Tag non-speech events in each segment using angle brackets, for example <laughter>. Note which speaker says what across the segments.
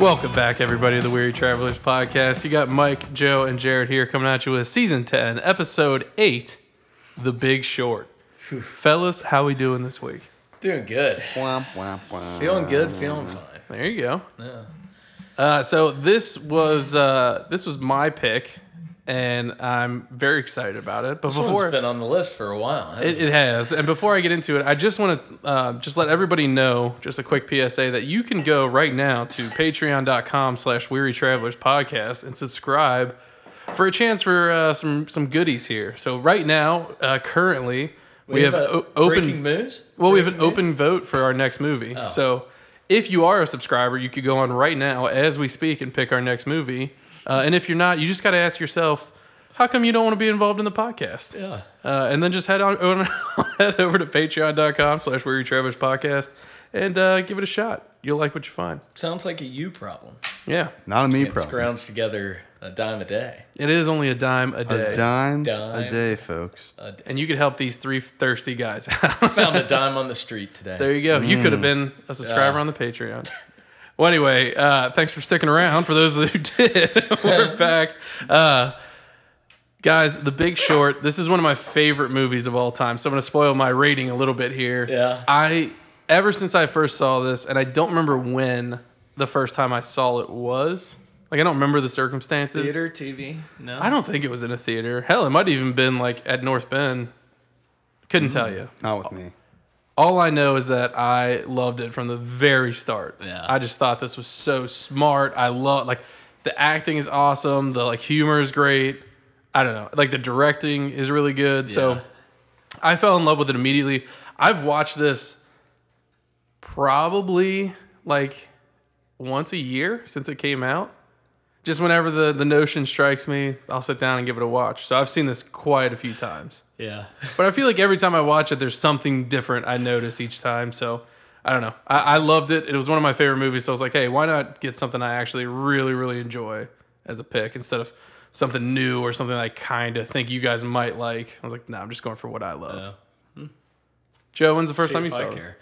Speaker 1: Welcome back, everybody, to the Weary Travelers podcast. You got Mike, Joe, and Jared here coming at you with season 10, episode 8, The Big Short. Fellas, how we doing this week?
Speaker 2: Doing good. Feeling good, feeling fine.
Speaker 1: There you go. Uh, so this was uh, this was my pick, and I'm very excited about it. But
Speaker 2: This
Speaker 1: before
Speaker 2: one's been on the list for a while.
Speaker 1: It, it has. And before I get into it, I just want to uh, just let everybody know, just a quick PSA, that you can go right now to patreon.com slash weary travelers podcast and subscribe for a chance for uh, some, some goodies here. So right now, uh, currently, we, have,
Speaker 2: a
Speaker 1: o- open...
Speaker 2: breaking news. Oh.
Speaker 1: Well, we have an
Speaker 2: Breaking
Speaker 1: open
Speaker 2: news?
Speaker 1: vote for our next movie. So if you are a subscriber, you could go on right now as we speak and pick our next movie. Uh, and if you're not, you just got to ask yourself, how come you don't want to be involved in the podcast?
Speaker 2: Yeah.
Speaker 1: Uh, and then just head on, <laughs> on head over to patreon.com slash weary travelers podcast and uh, give it a shot. You'll like what you find.
Speaker 2: Sounds like a you problem.
Speaker 1: Yeah.
Speaker 3: Not a me
Speaker 2: It
Speaker 3: problem.
Speaker 2: scrounge together a dime a day.
Speaker 1: It is only a dime a day.
Speaker 3: A dime,
Speaker 2: Dime.
Speaker 3: a day, folks.
Speaker 2: A d-
Speaker 1: and you could help these three thirsty guys <laughs> out.
Speaker 2: Found a dime on the street today.
Speaker 1: There you go. You could have been a subscriber
Speaker 2: Mm. Yeah.
Speaker 1: on the Patreon. Well, anyway, uh, thanks for sticking around. For those who <laughs> did,
Speaker 2: <laughs>
Speaker 1: we're back. Uh, guys, The Big Short, this is one of my favorite movies of all time. So I'm going to spoil my rating a little bit here.
Speaker 2: Yeah.
Speaker 1: I, ever since I first saw this, and I don't remember when the first time I saw it was, like, I don't remember the circumstances.
Speaker 2: Theater, TV. No.
Speaker 1: I don't think it was in a theater. Hell, it might have even been, like, at North Bend. Couldn't tell
Speaker 2: Mm-hmm.
Speaker 1: you.
Speaker 3: Not with me.
Speaker 1: All I know is that I loved it from the very start.
Speaker 2: Yeah.
Speaker 1: I just thought this was so smart. I love like the acting is awesome. The like humor is great. I don't know. Like the directing is really good.
Speaker 2: Yeah.
Speaker 1: So I fell in love with it immediately. I've watched this probably like once a year since it came out. Just whenever the, the notion strikes me, I'll sit down and give it a watch. So I've seen this quite a few times.
Speaker 2: Yeah.
Speaker 1: But I feel like every time I watch it, there's something different I notice each time. So I don't know. I, I loved it. It was one of my favorite movies. So I was like, hey, why not get something I actually really, really enjoy as a pick instead of something new or something I kind of think you guys might like? I was like, no, I'm just going for what I love. Hmm. Joe, when's the <laughs> first
Speaker 2: See
Speaker 1: time you
Speaker 2: if
Speaker 1: saw
Speaker 2: I
Speaker 1: it?
Speaker 2: care.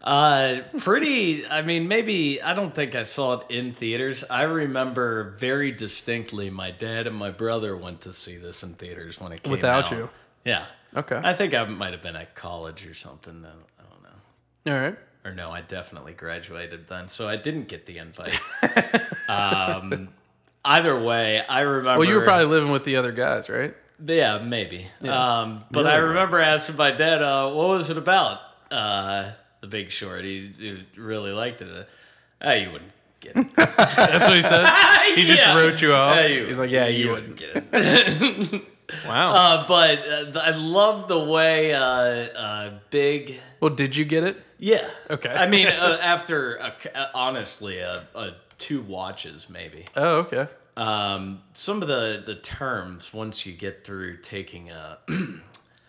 Speaker 2: Uh, pretty. I mean, maybe I don't think I saw it in theaters. I remember very distinctly my dad and my brother went to see this in theaters when it came out.
Speaker 1: Without you.
Speaker 2: Yeah.
Speaker 1: Okay.
Speaker 2: I think I might have been at college or something. I don't, I don't know.
Speaker 1: All right.
Speaker 2: Or no, I definitely graduated then, so I didn't get the invite.
Speaker 1: <laughs>
Speaker 2: um, either way, I remember.
Speaker 1: Well, you were probably living with the other guys, right?
Speaker 2: Yeah, maybe. Um, but I remember asking my dad, uh, what was it about? Uh, the Big Short. He, he really liked it. Ah, you wouldn't get it. <laughs>
Speaker 1: That's what he said. <laughs> He just
Speaker 2: Yeah.
Speaker 1: wrote you off.
Speaker 2: Ah, you
Speaker 1: He's
Speaker 2: wouldn't-
Speaker 1: like, yeah, you would.
Speaker 2: wouldn't get it.
Speaker 1: Wow.
Speaker 2: Uh, but uh, th- I love the way uh, uh, Big.
Speaker 1: well, did you get it?
Speaker 2: Yeah.
Speaker 1: Okay.
Speaker 2: I mean, <laughs> uh, after a, c- uh, honestly, uh, uh, two watches maybe.
Speaker 1: Oh, okay.
Speaker 2: Um, some of the the terms once you get through taking a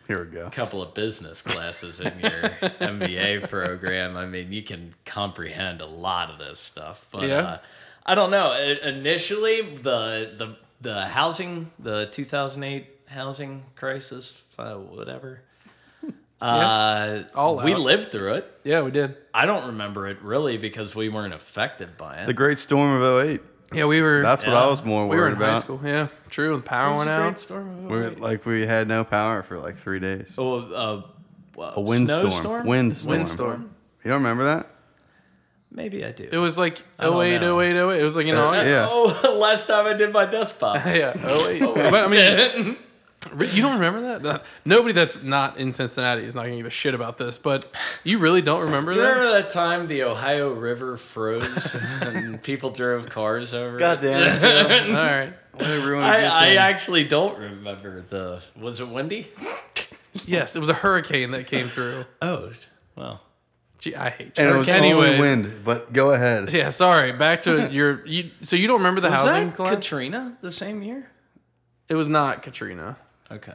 Speaker 3: Here we go.
Speaker 2: couple of business classes in your <laughs> MBA program, I mean, you can comprehend a lot of this stuff. But
Speaker 1: Yeah.
Speaker 2: uh, I don't know. I- Initially, the the the housing, the 2008 housing crisis, uh, whatever. Uh,
Speaker 1: All
Speaker 2: we
Speaker 1: out.
Speaker 2: lived through it.
Speaker 1: Yeah, we did.
Speaker 2: I don't remember it really because we weren't affected by it.
Speaker 3: The Great Storm of 08.
Speaker 1: Yeah, we were.
Speaker 3: That's what
Speaker 2: Yeah.
Speaker 3: I was more
Speaker 1: We
Speaker 3: worried
Speaker 1: were in
Speaker 3: about.
Speaker 1: high school. Yeah, true. The power
Speaker 2: It was
Speaker 1: went
Speaker 2: a
Speaker 1: out.
Speaker 2: great storm.
Speaker 3: We were, like we had no power for like three days.
Speaker 2: Oh, uh, what,
Speaker 3: A windstorm.
Speaker 2: snowstorm?
Speaker 3: Windstorm.
Speaker 1: Windstorm.
Speaker 3: You don't remember that?
Speaker 2: Maybe I do.
Speaker 1: It was like
Speaker 2: don't
Speaker 1: 08,
Speaker 2: know.
Speaker 1: 08, 08. It was like in August.
Speaker 3: <laughs> yeah.
Speaker 2: <laughs> Oh, last time I did my dust pop. <laughs>
Speaker 1: Yeah, 08.
Speaker 3: Oh,
Speaker 1: but I mean, re- you don't remember that? Nobody that's not in Cincinnati is not going to give a shit about this, but you really don't remember
Speaker 2: You
Speaker 1: that?
Speaker 2: remember that time the Ohio River <laughs> froze and people drove cars over? it?
Speaker 3: damn
Speaker 1: <laughs>
Speaker 3: it.
Speaker 1: All right.
Speaker 2: I, I actually don't remember the. Was it windy?
Speaker 1: Yes, it was a hurricane that came through.
Speaker 2: Oh, well.
Speaker 1: Gee, I hate you.
Speaker 3: and it was
Speaker 1: anyway,
Speaker 3: only wind, but go ahead.
Speaker 1: <laughs> Yeah, sorry. Back
Speaker 3: <laughs>
Speaker 1: to your. You, so you don't remember the
Speaker 2: Was
Speaker 1: housing
Speaker 2: that
Speaker 1: collapse?
Speaker 2: Katrina the same year?
Speaker 1: it was not Katrina.
Speaker 2: Okay.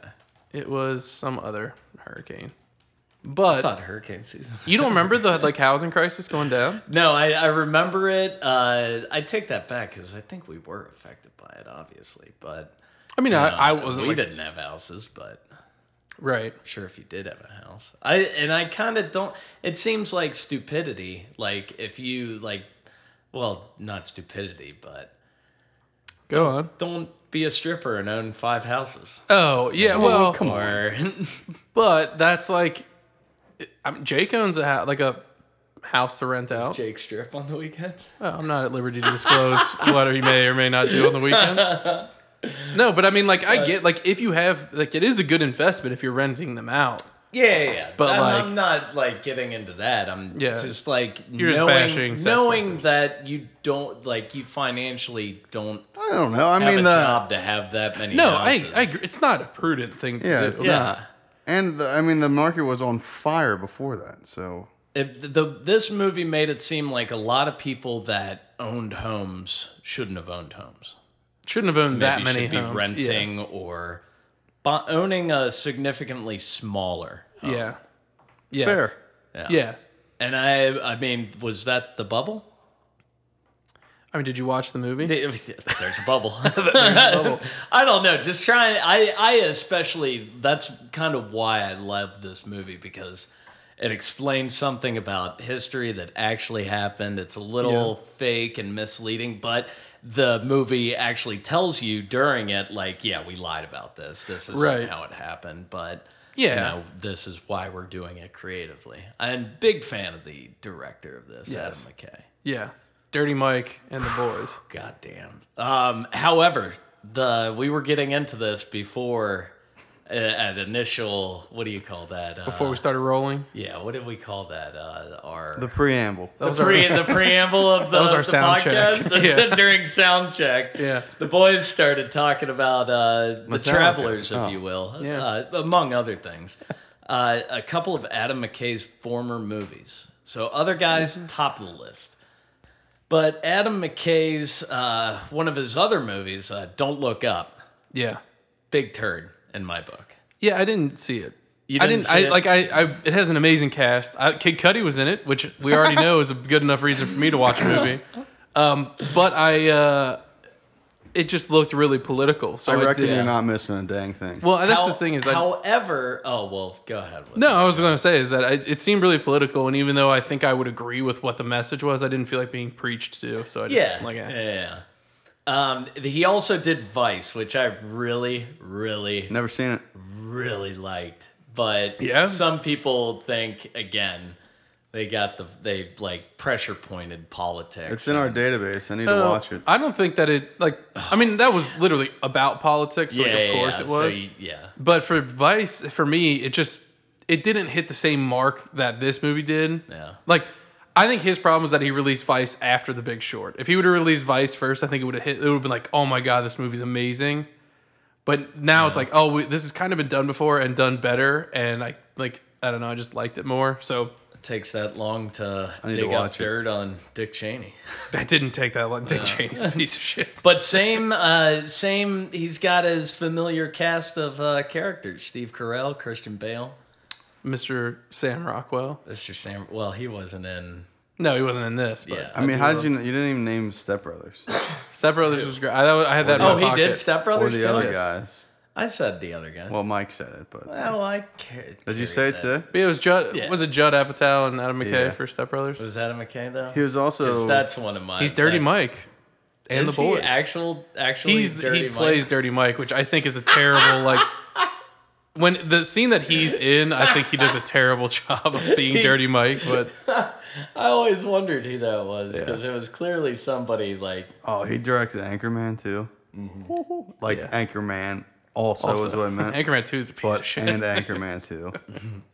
Speaker 1: It was some other hurricane.
Speaker 2: I
Speaker 1: But
Speaker 2: thought hurricane season.
Speaker 1: you don't remember the like housing crisis going down?
Speaker 2: No, I, I remember it. Uh, I take that back because I think we were affected by it, obviously. But
Speaker 1: I mean,
Speaker 2: uh,
Speaker 1: I, I wasn't
Speaker 2: We
Speaker 1: like,
Speaker 2: didn't have houses, but
Speaker 1: right.
Speaker 2: sure if you did have a house. I and I kind of don't. It seems like stupidity. Like if you like, well, not stupidity, but
Speaker 1: Go on.
Speaker 2: don't be a stripper and own five houses.
Speaker 1: Oh yeah, well,
Speaker 3: come on.
Speaker 2: Or
Speaker 1: but that's like, I mean, Jake owns a house, like a house to rent out.
Speaker 2: <laughs> Jake strip on the weekends.
Speaker 1: Well, I'm not at liberty to disclose <laughs> what he may or may not do on the
Speaker 3: <laughs>
Speaker 1: weekend. No, but I mean, like, I get like if you have like it is a good investment if you're renting them out.
Speaker 2: Yeah, yeah, yeah.
Speaker 1: But,
Speaker 2: I'm,
Speaker 1: like-
Speaker 2: I'm not like getting into that. I'm
Speaker 1: Yeah.
Speaker 2: it's just like
Speaker 1: You're just
Speaker 2: knowing,
Speaker 1: bashing sex
Speaker 2: knowing that you don't like you financially don't
Speaker 3: I don't know. I
Speaker 2: have
Speaker 3: mean
Speaker 2: a
Speaker 3: the
Speaker 2: job to have that many.
Speaker 1: No, I,
Speaker 2: houses.
Speaker 1: I agree. it's not a prudent thing to
Speaker 3: Yeah,
Speaker 1: do.
Speaker 3: it's
Speaker 2: Yeah.
Speaker 3: not. and the, I mean the market was on fire before that. So
Speaker 2: It, the this movie made it seem like a lot of people that owned homes shouldn't have owned homes.
Speaker 1: Shouldn't have owned that
Speaker 2: Maybe
Speaker 1: many
Speaker 2: should be
Speaker 1: homes. Yeah.
Speaker 2: renting or bu owning a significantly smaller. home.
Speaker 1: Yeah. Yes.
Speaker 3: fair.
Speaker 1: Yeah.
Speaker 2: And I I mean, was that the bubble?
Speaker 1: I mean, did you watch the movie?
Speaker 2: <laughs> There's a bubble. I don't know. Just trying. I I especially. That's kind of why I love this movie because it explains something about history that actually happened. It's a little fake and misleading, but the movie actually tells you during it, like, yeah, we lied about this. This isn't
Speaker 1: Right.
Speaker 2: how it happened, but.
Speaker 1: Yeah.
Speaker 2: You know, this is why we're doing it creatively. I'm a big fan of the director of this,
Speaker 1: Yes.
Speaker 2: Adam McKay.
Speaker 1: yeah. Dirty Mike and the boys.
Speaker 2: God damn. Um, however, the we were getting into this before uh, at initial. What do you call that? Uh,
Speaker 1: Before we started rolling,
Speaker 2: yeah, what did we call that? Uh, our
Speaker 3: The preamble.
Speaker 1: that was
Speaker 2: the, pre-
Speaker 1: our
Speaker 2: the preamble
Speaker 1: <laughs>
Speaker 2: of the,
Speaker 1: was our
Speaker 2: the
Speaker 1: sound
Speaker 2: <laughs>
Speaker 1: check.
Speaker 2: podcast
Speaker 1: Yeah.
Speaker 2: during sound check.
Speaker 1: Yeah.
Speaker 2: the boys started talking about uh, the
Speaker 3: Metallica.
Speaker 2: travelers, if
Speaker 3: Oh.
Speaker 2: you will,
Speaker 1: Yeah.
Speaker 2: uh, among other things. Uh, a couple of Adam McKay's former movies. So other guys
Speaker 1: Mm-hmm.
Speaker 2: top of the list. But Adam McKay's uh, one of his other movies, uh, Don't Look Up,
Speaker 1: yeah.
Speaker 2: big turd in my book.
Speaker 1: Yeah, I didn't see it.
Speaker 2: You
Speaker 1: I didn't.
Speaker 2: didn't see
Speaker 1: I
Speaker 2: it?
Speaker 1: like. I, I. It has an amazing cast. I, Kid Cudi was in it, which we already know is a good enough reason for me to watch a movie. Um, but I. Uh, it just looked really political. So
Speaker 3: I
Speaker 1: I
Speaker 3: reckon
Speaker 1: did.
Speaker 3: you're not missing a dang thing.
Speaker 1: uh, Well, and Oh, that's
Speaker 2: How-
Speaker 1: the thing is, I,
Speaker 2: however, oh well, go ahead. With
Speaker 1: no,
Speaker 2: this.
Speaker 1: I was going to say is that I, it seemed really political, and even though I think I would agree with what the message was, I didn't feel like being preached to. So I just
Speaker 2: Yeah.
Speaker 1: like, eh.
Speaker 2: yeah. Um, he also did Vice, which I really, really,
Speaker 3: Never seen it.
Speaker 2: really liked. But
Speaker 1: Yeah?
Speaker 2: some people think again, they got the they like pressure pointed politics.
Speaker 3: It's in our database. I need to
Speaker 1: So,
Speaker 3: watch it.
Speaker 1: I don't think that it like. I mean, that was literally about politics. so,
Speaker 2: yeah,
Speaker 1: like, of course
Speaker 2: yeah,
Speaker 1: it was.
Speaker 2: So you- yeah,
Speaker 1: But for Vice, for me, it just it didn't hit the same mark that this movie did.
Speaker 2: Yeah.
Speaker 1: Like I think his problem is that he released Vice after The Big Short. If he would have released Vice first, I think it would have hit. It would have been like, oh my god, this movie's amazing. But now it's like, oh, we, this has kind of been done before and done better, and I like I don't know, I just liked it more. So
Speaker 2: it takes that long to
Speaker 3: need
Speaker 2: dig
Speaker 3: to
Speaker 2: up
Speaker 3: watch it.
Speaker 2: dirt on Dick Cheney.
Speaker 1: that didn't take that long. <laughs> Dick Cheney's a piece of shit.
Speaker 2: But same, <laughs> uh, same. He's got his familiar cast of uh, characters: Steve Carell, Christian Bale,
Speaker 1: Mr. Sam Rockwell.
Speaker 2: Mr. Sam. Well, he wasn't in.
Speaker 1: No, he wasn't in this. But
Speaker 2: Yeah.
Speaker 3: I mean, how did you? kn- You didn't even name Step <laughs> Brothers
Speaker 1: Step Brothers was great. I, that was- I had that. in my
Speaker 2: Oh, he did
Speaker 1: pocket.
Speaker 2: Step
Speaker 3: or
Speaker 2: Brothers.
Speaker 3: the
Speaker 2: too?
Speaker 3: other guys.
Speaker 2: I said the other guy. Well,
Speaker 3: Well, Mike said it, but
Speaker 2: I care.
Speaker 3: did you say it today?
Speaker 1: But it was Judd.
Speaker 2: Yeah.
Speaker 1: Was it Judd Apatow and Adam McKay
Speaker 3: Yeah.
Speaker 1: for Step Brothers?
Speaker 2: Was Adam McKay though?
Speaker 3: He was
Speaker 2: 'Cause
Speaker 3: also
Speaker 2: that's one of my.
Speaker 1: He's Dirty
Speaker 2: that's-
Speaker 1: Mike, and the
Speaker 2: Is he
Speaker 1: boys.
Speaker 2: actual, actually,
Speaker 1: he's
Speaker 2: Dirty
Speaker 1: he
Speaker 2: Mike?
Speaker 1: plays Dirty Mike, which I think is a terrible like. When the scene that he's in, I think he does a terrible job of
Speaker 2: <laughs>
Speaker 1: being Dirty Mike.
Speaker 3: <laughs>
Speaker 1: But
Speaker 2: I always wondered who that was because it was clearly somebody like.
Speaker 3: Oh, he directed Anchorman too.
Speaker 2: Mm-hmm.
Speaker 3: Like Anchorman also, is what I
Speaker 2: <laughs>
Speaker 3: meant.
Speaker 1: Anchorman Two is a piece
Speaker 3: but
Speaker 1: of shit.
Speaker 3: and Anchorman too.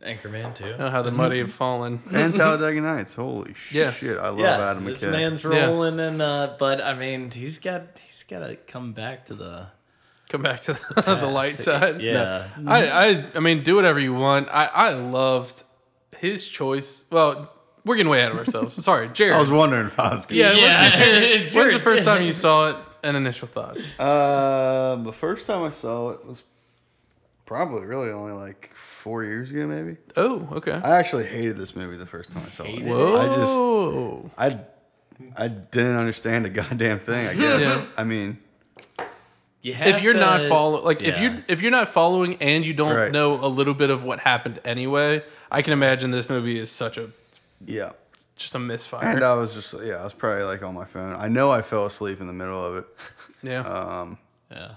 Speaker 2: Anchorman too.
Speaker 1: Oh, I don't <laughs> know how the muddy have fallen. <laughs>
Speaker 3: and Talladega Nights. Holy
Speaker 1: Yeah.
Speaker 3: shit! I love
Speaker 2: yeah,
Speaker 3: Adam
Speaker 2: this
Speaker 3: McKay.
Speaker 2: man's
Speaker 1: Yeah.
Speaker 2: rolling and uh, but I mean he's got he's got to come back to the
Speaker 1: Come back to the, <laughs> the light side. No.
Speaker 2: yeah.
Speaker 1: I, I I mean, do whatever you want. I I loved his choice. Well, we're getting way ahead of ourselves. Sorry, Jared.
Speaker 3: <laughs> I was wondering if I was. Gonna
Speaker 1: yeah, let's <laughs> get Jared.
Speaker 2: Jared,
Speaker 1: When's the first
Speaker 2: Jared.
Speaker 1: time <laughs> you saw it? And initial thoughts.
Speaker 3: Um, the first time I saw it was probably really only like four years ago, maybe.
Speaker 1: Oh, okay.
Speaker 3: I actually hated this movie the first time I saw
Speaker 2: Hated
Speaker 3: it.
Speaker 2: it?
Speaker 3: I
Speaker 1: Whoa.
Speaker 3: just, I, I didn't understand a goddamn thing. I guess.
Speaker 1: Yeah.
Speaker 3: I mean,
Speaker 2: You have
Speaker 1: if you're not
Speaker 2: to-
Speaker 1: following, like if
Speaker 2: Yeah.
Speaker 1: you if you're not following and you don't
Speaker 3: Right.
Speaker 1: know a little bit of what happened anyway, I can imagine this movie is such a
Speaker 3: yeah.
Speaker 1: just a misfire.
Speaker 3: And uh, I was just yeah, I was probably like on my phone. I know I fell asleep in the middle of it,
Speaker 1: yeah.
Speaker 3: uh,
Speaker 2: Yeah.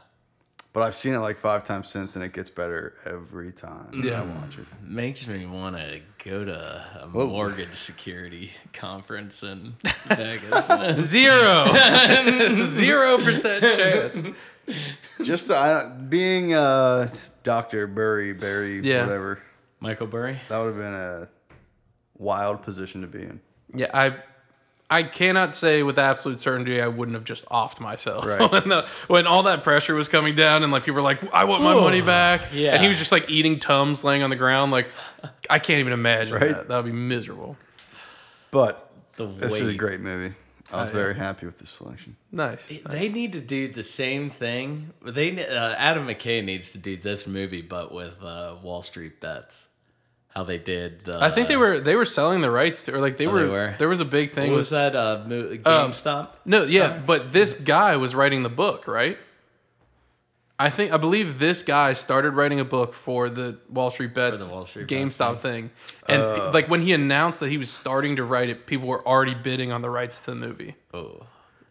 Speaker 3: but I've seen it like five times since, and it gets better every time.
Speaker 1: Yeah.
Speaker 3: I watch it.
Speaker 2: Makes me want to go to a mortgage security <laughs> conference in
Speaker 1: <laughs>
Speaker 2: Vegas.
Speaker 1: Zero. <laughs> Zero percent chance.
Speaker 3: Just uh, being uh, Doctor Burry Barry
Speaker 1: Yeah.
Speaker 3: whatever
Speaker 2: Michael Burry?
Speaker 3: that would have been a wild position to be in.
Speaker 1: Yeah, I I cannot say with absolute certainty I wouldn't have just offed myself
Speaker 3: Right.
Speaker 1: <laughs> when the, when all that pressure was coming down and like people were like, I want my money back.
Speaker 2: Yeah.
Speaker 1: And he was just like eating tums laying on the ground. Like I can't even imagine
Speaker 3: Right.
Speaker 1: that. That would be miserable.
Speaker 3: But
Speaker 2: The
Speaker 3: this is a
Speaker 2: weight.
Speaker 3: great movie. I
Speaker 1: Oh,
Speaker 3: was very happy with this selection.
Speaker 1: Nice.
Speaker 2: They need to do the same thing. They uh, Adam McKay needs to do this movie, but with uh, Wall Street bets. How they did the.
Speaker 1: I think they were they were selling the rights to, or like they, were,
Speaker 2: they were.
Speaker 1: there was a big thing
Speaker 2: What was
Speaker 1: was
Speaker 2: that uh, mo- GameStop?
Speaker 1: no yeah but this guy was writing the book right I think I believe this guy started writing a book for the Wall Street Bets
Speaker 2: For the Wall Street Bets Oh.
Speaker 1: GameStop thing, and pe- like when he announced that he was starting to write it, people were already bidding on the rights to the movie. <laughs>
Speaker 2: oh.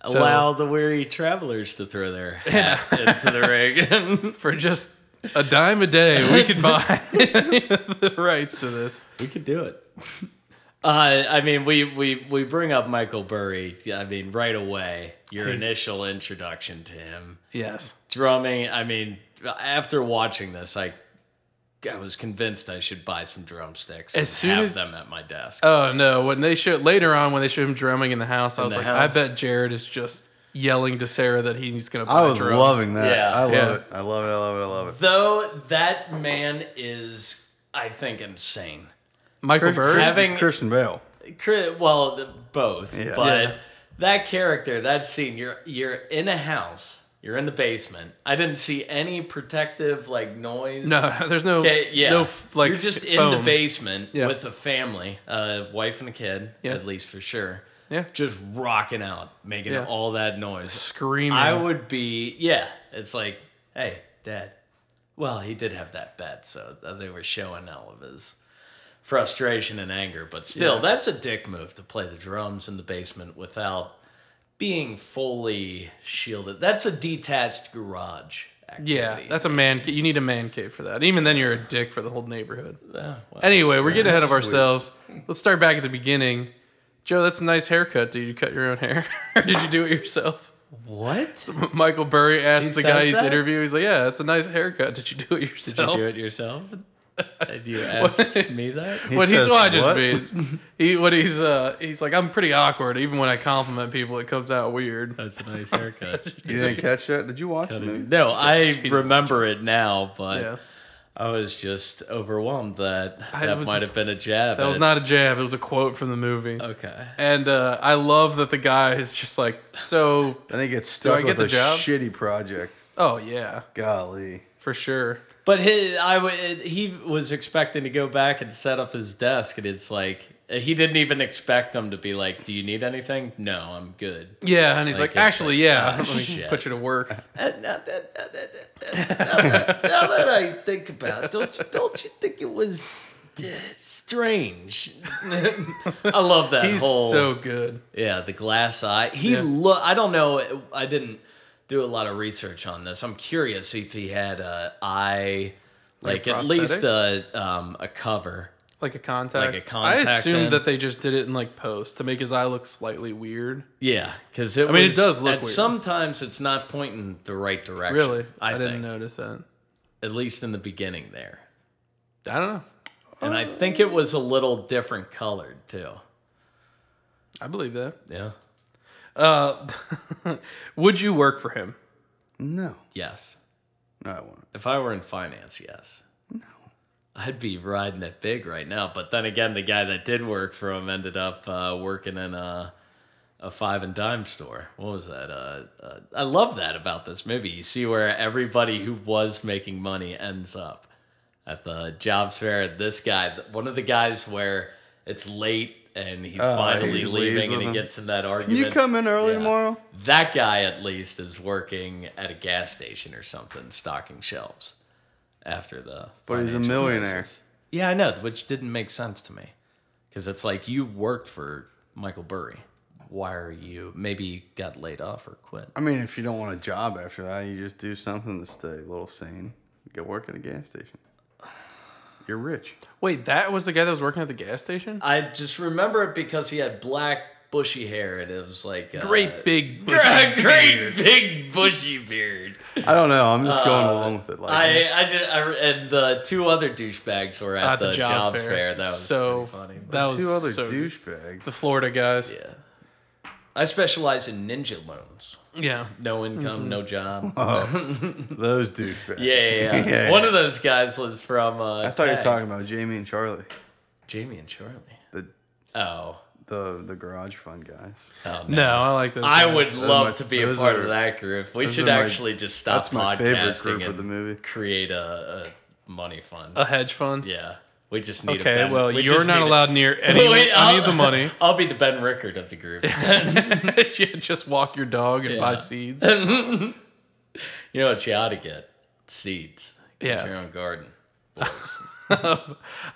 Speaker 1: So-
Speaker 2: Allow the weary travelers to throw <laughs> their hat into the ring. <laughs>
Speaker 1: For just a dime a day, we could buy the rights to this.
Speaker 2: we could do it. Uh, I mean, we, we, we bring up Michael Burry. I mean, right away, your initial introduction to him.
Speaker 1: Yes,
Speaker 2: drumming i mean after watching this i i was convinced i should buy some drumsticks and
Speaker 1: As soon
Speaker 2: have
Speaker 1: as-
Speaker 2: them at my desk
Speaker 1: Oh no! When they show later on, when they show him drumming in the house, I was
Speaker 2: the
Speaker 1: like, I
Speaker 2: house.
Speaker 1: bet Jared is just yelling to Sarah that he's gonna. Buy
Speaker 3: I was
Speaker 1: drums.
Speaker 3: loving that.
Speaker 2: Yeah.
Speaker 3: I love
Speaker 1: Yeah.
Speaker 3: it. I love it. I love it. I love it.
Speaker 2: though that man is i think insane
Speaker 1: Michael Burry.
Speaker 2: having-
Speaker 3: Christian Bale.
Speaker 2: Cri- well th- both
Speaker 3: Yeah.
Speaker 2: but
Speaker 1: Yeah.
Speaker 2: that character that scene you're you're in a house you're in the basement i didn't see any protective like noise
Speaker 1: no, <laughs> there's no.
Speaker 2: Okay, yeah.
Speaker 1: No, f- like
Speaker 2: you're just in
Speaker 1: foam.
Speaker 2: the basement
Speaker 1: Yeah.
Speaker 2: with a family, a wife and a kid,
Speaker 1: Yeah.
Speaker 2: at least for sure.
Speaker 1: Yeah.
Speaker 2: Just rocking out, making
Speaker 1: Yeah.
Speaker 2: all that noise.
Speaker 1: screaming.
Speaker 2: I would be, yeah. It's like, hey, dad. Well, he did have that bet, so they were showing all of his frustration and anger. But still,
Speaker 1: Yeah.
Speaker 2: that's a dick move to play the drums in the basement without being fully shielded. That's a detached garage activity.
Speaker 1: Yeah, that's a man. ca- You need a man cave for that. Even then, you're a dick for the whole neighborhood.
Speaker 2: Uh, well,
Speaker 1: Anyway, we're getting ahead of
Speaker 3: Sweet.
Speaker 1: ourselves. Let's start back at the beginning. Joe, that's a nice haircut. Did you cut your own hair, <laughs> or did you do it yourself? <laughs>
Speaker 2: what?
Speaker 1: Michael Burry asked the
Speaker 2: He
Speaker 1: guy
Speaker 2: says
Speaker 1: he's
Speaker 2: that?
Speaker 1: interviewing. He's like, "Yeah, that's a nice haircut. Did you do it
Speaker 2: Did you
Speaker 1: yourself?"
Speaker 2: do it yourself?
Speaker 1: <laughs>
Speaker 2: Did you ask me that?
Speaker 3: He
Speaker 1: what he's
Speaker 3: says,
Speaker 1: well, I just
Speaker 2: <laughs>
Speaker 3: "What?"
Speaker 1: mean. He what he's uh he's like I'm pretty awkward. Even when I compliment people, it comes out weird.
Speaker 2: That's a
Speaker 1: <laughs>
Speaker 2: nice haircut.
Speaker 3: You didn't catch that? Did you watch it? movie?
Speaker 2: no, I remember it now, but
Speaker 1: Yeah,
Speaker 2: I was just overwhelmed that
Speaker 1: I
Speaker 2: that
Speaker 1: was-
Speaker 2: might have been a jab.
Speaker 1: that was
Speaker 2: at-
Speaker 1: not a jab. It was a quote from the movie.
Speaker 2: okay.
Speaker 1: And uh, I love that the guy is just like so.
Speaker 3: Then he gets
Speaker 1: I
Speaker 3: stuck
Speaker 1: get
Speaker 3: with
Speaker 1: the
Speaker 3: a
Speaker 1: job?
Speaker 3: shitty project.
Speaker 1: Oh yeah,
Speaker 3: Golly.
Speaker 1: for sure.
Speaker 2: But his, I w- he was expecting to go back and set up his desk, and it's like he didn't even expect them to be like, "Do you need anything?" No, I'm good.
Speaker 1: Yeah, and he's
Speaker 2: Like,
Speaker 1: like,
Speaker 2: it's like,
Speaker 1: actually, yeah, <laughs>
Speaker 2: ah,
Speaker 1: let me
Speaker 2: shit.
Speaker 1: put you to work.
Speaker 2: now that now that I think about it, don't you, don't you think it was uh, strange? I love that
Speaker 1: He's
Speaker 2: whole
Speaker 1: so good.
Speaker 2: yeah the glass eye. He
Speaker 1: Yeah.
Speaker 2: look. I don't know. I didn't do a lot of research on this. I'm curious if he had a eye,
Speaker 1: Like
Speaker 2: like,
Speaker 1: a
Speaker 2: at least a um, a cover.
Speaker 1: Like a contact.
Speaker 2: Like a contact
Speaker 1: I assumed
Speaker 2: in.
Speaker 1: that they just did it in like post to make his eye look slightly weird.
Speaker 2: Yeah, because it. I
Speaker 1: mean, it does look weird.
Speaker 2: Sometimes it's not pointing the right direction.
Speaker 1: Really,
Speaker 2: I,
Speaker 1: didn't
Speaker 2: think,
Speaker 1: notice that.
Speaker 2: At least in the beginning, there.
Speaker 1: I don't know.
Speaker 2: And I think it was a little different colored too.
Speaker 1: I believe that.
Speaker 2: Yeah.
Speaker 1: Uh, <laughs> would you work for him?
Speaker 3: No.
Speaker 2: Yes.
Speaker 3: No, I won't.
Speaker 2: If I were in finance, yes. No. I'd be riding it big right now. But then again, the guy that did work for him ended up uh, working in a, a five and dime store. What was that? Uh, uh, I love that about this movie. You see where everybody who was making money ends up at the jobs fair. This guy, one of the guys where it's late and he's
Speaker 3: Oh,
Speaker 2: finally
Speaker 3: he leaves
Speaker 2: leaving
Speaker 3: with
Speaker 2: and he
Speaker 3: him.
Speaker 2: gets in that argument.
Speaker 3: Can you come in early
Speaker 2: Yeah.
Speaker 3: tomorrow?
Speaker 2: That guy, at least, is working at a gas station or something, stocking shelves after the.
Speaker 3: But he's a
Speaker 2: financial
Speaker 3: millionaire.
Speaker 2: crisis. Yeah, I know, which didn't make sense to me. Because it's like you worked for Michael Burry? Why are you maybe you got laid off or quit?
Speaker 3: I mean, if you don't want a job after that, you just do something to stay a little sane. Go work at a gas station. You're rich.
Speaker 1: Wait, that was the guy that was working at the gas station?
Speaker 2: I just remember it because he had black bushy hair and it was like uh,
Speaker 1: Great <laughs> big
Speaker 2: <laughs> great,
Speaker 1: bushy beard.
Speaker 2: big bushy beard.
Speaker 3: I don't know. I'm just going along with it. Like,
Speaker 2: I I just I, and the two other douchebags were at,
Speaker 1: at the, job fair.
Speaker 2: That was
Speaker 1: so
Speaker 2: pretty funny.
Speaker 1: that was
Speaker 3: two other
Speaker 1: so-
Speaker 3: douchebags.
Speaker 1: The Florida guys.
Speaker 2: yeah, I specialize in ninja loans.
Speaker 1: Yeah.
Speaker 2: No
Speaker 1: Mm-hmm.
Speaker 2: income, no
Speaker 3: <laughs>
Speaker 2: job.
Speaker 3: Those douchebags.
Speaker 2: Yeah,
Speaker 3: <laughs>
Speaker 2: yeah, yeah. One of those guys was from. Uh,
Speaker 3: I thought you were
Speaker 2: Tag.
Speaker 3: talking about Jamie and Charlie,
Speaker 2: Jamie and Charlie.
Speaker 3: the
Speaker 2: Oh,
Speaker 3: the the Garage Fund guys.
Speaker 2: oh no.
Speaker 1: No, I like those.
Speaker 2: I
Speaker 1: guys.
Speaker 2: would love
Speaker 3: my-
Speaker 2: to be a
Speaker 3: those
Speaker 2: part
Speaker 3: are-
Speaker 2: of that group. We
Speaker 3: those
Speaker 2: should
Speaker 3: are my-
Speaker 2: actually just stop
Speaker 3: That's my favorite
Speaker 2: podcasting
Speaker 3: group
Speaker 2: and
Speaker 3: of the movie.
Speaker 2: create a, a money fund.
Speaker 1: a hedge fund.
Speaker 2: yeah, we just need. a
Speaker 1: Uh, Okay,
Speaker 2: ben,
Speaker 1: well,
Speaker 2: we
Speaker 1: you're
Speaker 2: just
Speaker 1: not
Speaker 2: need a-
Speaker 1: allowed <laughs> near any.
Speaker 2: <laughs> Wait,
Speaker 1: I
Speaker 2: I'll-
Speaker 1: need the <laughs> money.
Speaker 2: <laughs> I'll be the Ben Rickard of the group.
Speaker 1: You just walk your dog and buy
Speaker 2: Yeah.
Speaker 1: seeds.
Speaker 2: You know what you ought to get? Seeds. Get
Speaker 1: Yeah.
Speaker 2: your own garden. Boys.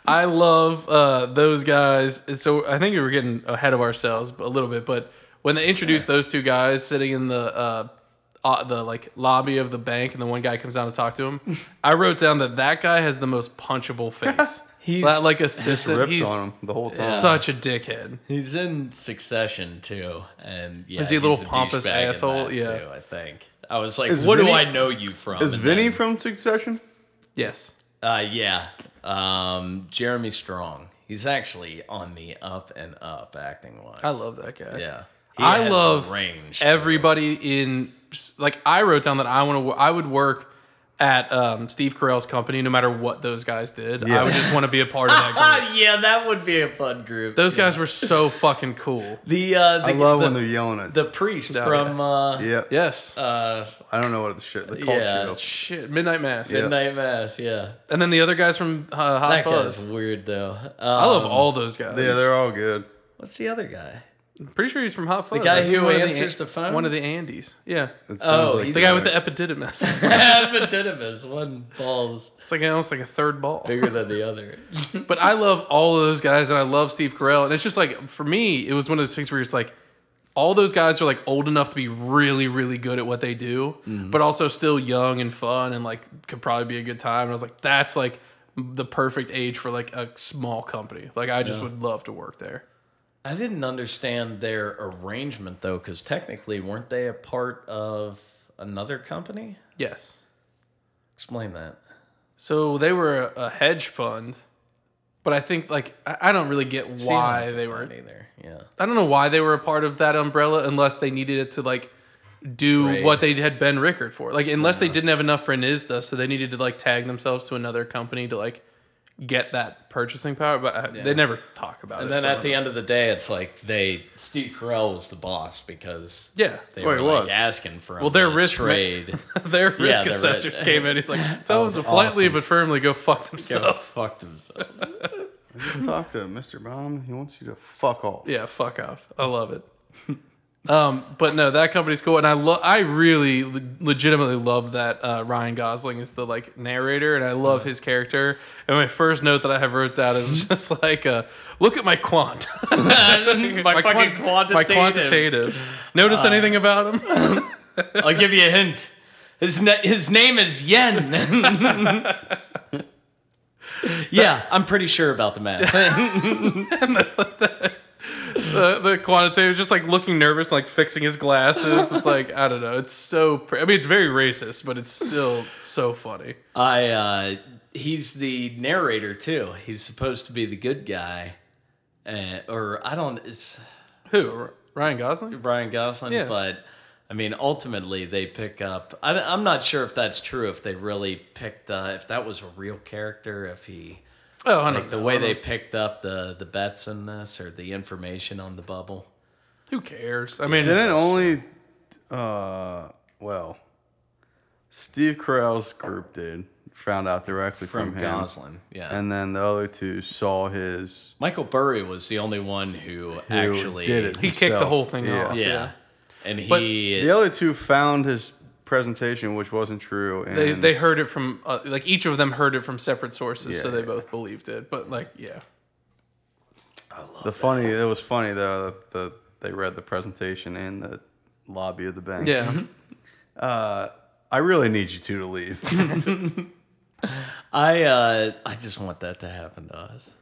Speaker 1: I love uh, those guys. So I think we were getting ahead of ourselves a little bit, but when they introduced those two guys sitting in the uh, uh, the like lobby of the bank, and the one guy comes down to talk to him, <laughs> I wrote down that that guy has the most <laughs> punchable face.
Speaker 2: He's-
Speaker 1: that, like
Speaker 3: Just
Speaker 1: assistant.
Speaker 3: rips
Speaker 1: He's
Speaker 3: on them the whole time.
Speaker 1: such a dickhead.
Speaker 2: he's in Succession too, and yeah,
Speaker 1: Is he a
Speaker 2: he's
Speaker 1: little pompous
Speaker 2: douchebag in
Speaker 1: asshole?
Speaker 2: that,
Speaker 1: Yeah.
Speaker 2: too, I think. I was like,
Speaker 3: Is
Speaker 2: what do
Speaker 3: Vinny-
Speaker 2: I know you from?
Speaker 3: Is
Speaker 2: And
Speaker 3: Vinny
Speaker 2: then-
Speaker 3: from Succession?
Speaker 1: Yes.
Speaker 2: Uh, yeah, um, Jeremy Strong. He's actually on the up and up acting wise.
Speaker 1: I love that guy.
Speaker 2: Yeah, He
Speaker 1: I
Speaker 2: has
Speaker 1: love
Speaker 2: range.
Speaker 1: everybody in like I wrote down that I want to I would work at um, Steve Carell's company no matter what those guys did. I
Speaker 3: Yeah.
Speaker 1: would just want to be a part of
Speaker 2: <laughs>
Speaker 1: that group.
Speaker 2: <laughs> Ah, yeah, that would be a fun group.
Speaker 1: Those
Speaker 2: Yeah.
Speaker 1: guys were so fucking cool.
Speaker 2: The uh, the,
Speaker 3: I love
Speaker 2: the,
Speaker 3: when they're yelling at.
Speaker 2: the priest
Speaker 1: No,
Speaker 2: from uh,
Speaker 3: yeah,
Speaker 1: Yes.
Speaker 2: uh,
Speaker 3: I don't know what the shit the culture.
Speaker 2: Yeah.
Speaker 3: of-
Speaker 1: Shit, Midnight Mass.
Speaker 3: Yeah.
Speaker 2: Midnight Mass. Yeah,
Speaker 1: And then the other guys from uh, Hot
Speaker 2: That
Speaker 1: Fuzz.
Speaker 2: guy's weird though. Um,
Speaker 1: I love all those guys.
Speaker 3: Yeah, they're all good.
Speaker 2: What's the
Speaker 1: <laughs>
Speaker 2: other guy?
Speaker 1: Pretty sure he's from Hot Fuzz.
Speaker 2: guy
Speaker 1: That's
Speaker 2: who
Speaker 1: one of
Speaker 2: answers the phone?
Speaker 1: One of the Andes. Yeah.
Speaker 3: It sounds
Speaker 2: Oh,
Speaker 3: like
Speaker 2: he's-
Speaker 1: The guy with the <laughs>
Speaker 3: they're-
Speaker 1: epididymis.
Speaker 2: Epididymis. One ball's
Speaker 1: it's like almost like a third ball.
Speaker 2: bigger than the other.
Speaker 1: But I love all of those guys, and I love Steve Carell. And it's just like for me, it was one of those things where it's like all those guys are like old enough to be really, really good at what they do, but also still young and fun, and like could probably be a good time. And I was like, that's like the perfect age for like a small company. Like I just would love to work there.
Speaker 2: I didn't understand their arrangement though, because technically, weren't they a part of another company?
Speaker 1: Yes.
Speaker 2: Explain that.
Speaker 1: So they were a, a hedge fund, but I think like I, I don't really get
Speaker 2: See, I don't
Speaker 1: why
Speaker 2: get
Speaker 1: they
Speaker 2: that
Speaker 1: were
Speaker 2: either? Yeah.
Speaker 1: I don't know why they were a part of that umbrella unless they needed it to like do
Speaker 2: Trade.
Speaker 1: what they had Ben Rickard for. Like unless they didn't have enough for NISDA, so they needed to like tag themselves to another company to like get that purchasing power. But uh they never talk about
Speaker 2: And
Speaker 1: it.
Speaker 2: then
Speaker 1: so I
Speaker 2: at
Speaker 1: don't
Speaker 2: the
Speaker 1: know.
Speaker 2: end of the day, it's like they Steve Carell was the boss because
Speaker 1: yeah,
Speaker 2: they
Speaker 3: Well,
Speaker 2: were
Speaker 3: he
Speaker 2: like
Speaker 3: was.
Speaker 2: asking for him
Speaker 1: Well, their
Speaker 2: to
Speaker 1: risk ma-
Speaker 2: trade.
Speaker 1: <laughs> their risk
Speaker 2: they're
Speaker 1: assessors
Speaker 2: right.
Speaker 1: came in. He's
Speaker 2: <laughs>
Speaker 1: like, tell them to politely
Speaker 2: awesome.
Speaker 1: but firmly go fuck
Speaker 2: Go
Speaker 1: themselves. <laughs>
Speaker 2: fuck themselves.
Speaker 3: I just talked to Mr. Baum. He wants you to fuck off.
Speaker 1: Yeah, fuck off. I love it. <laughs> um, but no, that company's cool, and I love. I really le- legitimately love that uh, Ryan Gosling is the like narrator, and I love his character. And my first note that I have wrote down is <laughs> just like, uh, "Look at my quant, <laughs>
Speaker 2: my,
Speaker 1: quant-
Speaker 2: fucking quantitative. Uh.
Speaker 1: my quantitative. Notice anything about him? <laughs>
Speaker 2: I'll give you a hint. His na- his name is Yen. <laughs> yeah, I'm pretty sure about the math.
Speaker 1: the, the quantitative, just like looking nervous, like fixing his glasses. It's like I don't know. It's so. Pr- I mean, it's very racist, but it's still so funny.
Speaker 2: <laughs> I uh, he's the narrator too. He's supposed to be the good guy, uh, or I don't. It's
Speaker 1: Who? R- Ryan Gosling?
Speaker 2: Brian Gosling,
Speaker 1: Yeah.
Speaker 2: but. I mean, ultimately, they pick up. I, I'm not sure if that's true. If they really picked, uh, if that was a real character, if he
Speaker 1: Oh, I don't
Speaker 2: like the
Speaker 1: know.
Speaker 2: way
Speaker 1: I don't-
Speaker 2: they picked up the the bets in this or the information on the bubble.
Speaker 1: Who cares? I mean,
Speaker 3: Didn't only, uh, well, Steve Carell's group did found out directly from,
Speaker 2: from
Speaker 3: him,
Speaker 2: Goslin. Yeah.
Speaker 3: and then the other two saw his
Speaker 2: Michael Burry was the only one who,
Speaker 3: who
Speaker 2: actually
Speaker 3: did it.
Speaker 1: He kicked the
Speaker 3: himself.
Speaker 1: whole thing
Speaker 3: yeah.
Speaker 1: off.
Speaker 2: <laughs> Yeah.
Speaker 1: Yeah.
Speaker 2: And
Speaker 1: But
Speaker 2: he
Speaker 3: The other two found his presentation, which wasn't true, and
Speaker 1: They, they heard it from uh, like each of them heard it from separate sources, so
Speaker 3: Yeah,
Speaker 1: they
Speaker 3: yeah.
Speaker 1: both believed it. But like, yeah,
Speaker 3: the funny, it was funny though that the, they read the presentation in the lobby of the bank.
Speaker 1: Yeah.
Speaker 3: I really need you two to leave.
Speaker 2: I uh, I just want that to happen to us.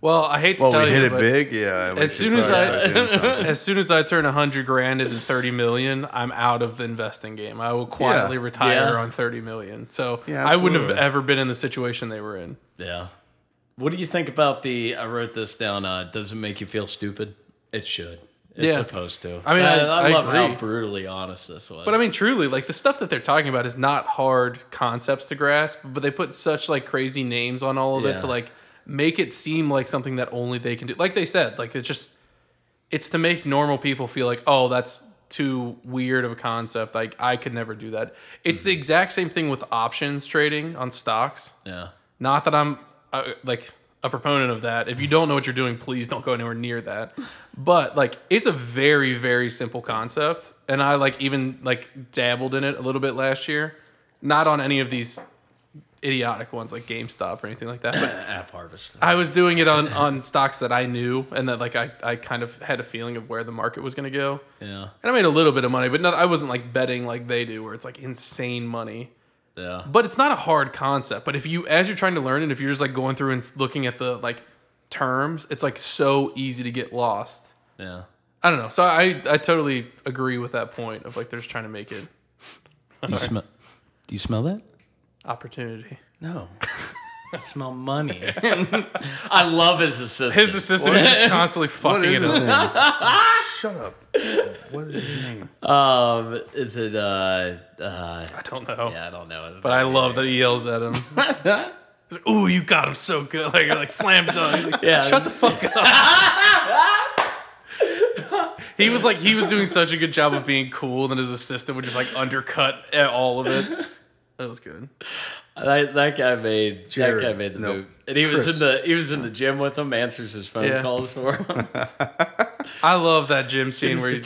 Speaker 1: Well, I hate to
Speaker 3: well,
Speaker 1: tell
Speaker 3: we
Speaker 1: you,
Speaker 3: hit it
Speaker 1: but
Speaker 3: big, yeah. we
Speaker 1: as
Speaker 3: should
Speaker 1: soon as
Speaker 3: probably
Speaker 1: I- <laughs>
Speaker 3: start doing something.
Speaker 1: as soon as I turn hundred grand into thirty million, I'm out of the investing game. I will quietly
Speaker 3: Yeah.
Speaker 1: retire
Speaker 2: Yeah.
Speaker 1: on thirty million. So
Speaker 3: Yeah,
Speaker 1: I wouldn't have
Speaker 3: absolutely.
Speaker 1: ever been in the situation they were in.
Speaker 2: Yeah. What do you think about the? I wrote this down. Uh, does it make you feel stupid? It should. It's
Speaker 1: Yeah.
Speaker 2: supposed to.
Speaker 1: I mean, I- I
Speaker 2: love how
Speaker 1: agree.
Speaker 2: brutally honest this was.
Speaker 1: But I mean, truly, like the stuff that they're talking about is not hard concepts to grasp, but they put such like crazy names on all of
Speaker 2: Yeah.
Speaker 1: it to like make it seem like something that only they can do. Like they said, like it's just it's to make normal people feel like, oh, that's too weird of a concept. Like I could never do that. It's the exact same thing with options trading on stocks.
Speaker 2: yeah.
Speaker 1: Not that I'm uh, like a proponent of that. If you don't know what you're doing, please don't go anywhere near that. But like, it's a very, very simple concept, and I like even like dabbled in it a little bit last year. Not on any of these idiotic ones like GameStop or anything like that, but
Speaker 2: App harvest.
Speaker 1: I was doing it on on stocks that I knew and that like I I kind of had a feeling of where the market was going to go.
Speaker 2: yeah.
Speaker 1: And I made a little bit of money, but no, I wasn't like betting like they do, where it's like insane money
Speaker 2: Yeah.
Speaker 1: but it's not a hard concept but if you as you're trying to learn it if you're just like going through and looking at the like terms it's like so easy to get lost
Speaker 2: Yeah.
Speaker 1: i don't know so i i totally agree with that point of like they're just trying to make it
Speaker 2: Do you smell? Do you smell that?
Speaker 1: opportunity
Speaker 2: <laughs> No. I smell money. <laughs> I love his assistant.
Speaker 1: his assistant is just constantly
Speaker 3: What
Speaker 1: fucking
Speaker 3: is
Speaker 1: it
Speaker 3: his
Speaker 1: up
Speaker 3: name? Shut up. What is his name?
Speaker 2: um, is it? Uh, uh,
Speaker 1: i don't know
Speaker 2: yeah, I don't know. <laughs>
Speaker 1: but i love that he yells at him He's like, Ooh, you got him so good! Like you're like slam dunk. He's like,
Speaker 2: Yeah.
Speaker 1: shut the fuck up. he was like, he was doing such a good job of being cool, and his assistant would just like undercut eh, all of it. That was good.
Speaker 2: That, that guy made
Speaker 3: Jared.
Speaker 2: that guy made the
Speaker 3: Nope.
Speaker 2: move, and he was in
Speaker 3: Chris.
Speaker 2: the he was in the gym with him. Answers his phone
Speaker 1: Yeah.
Speaker 2: calls for
Speaker 3: <laughs>
Speaker 2: him.
Speaker 1: I love that gym scene where he,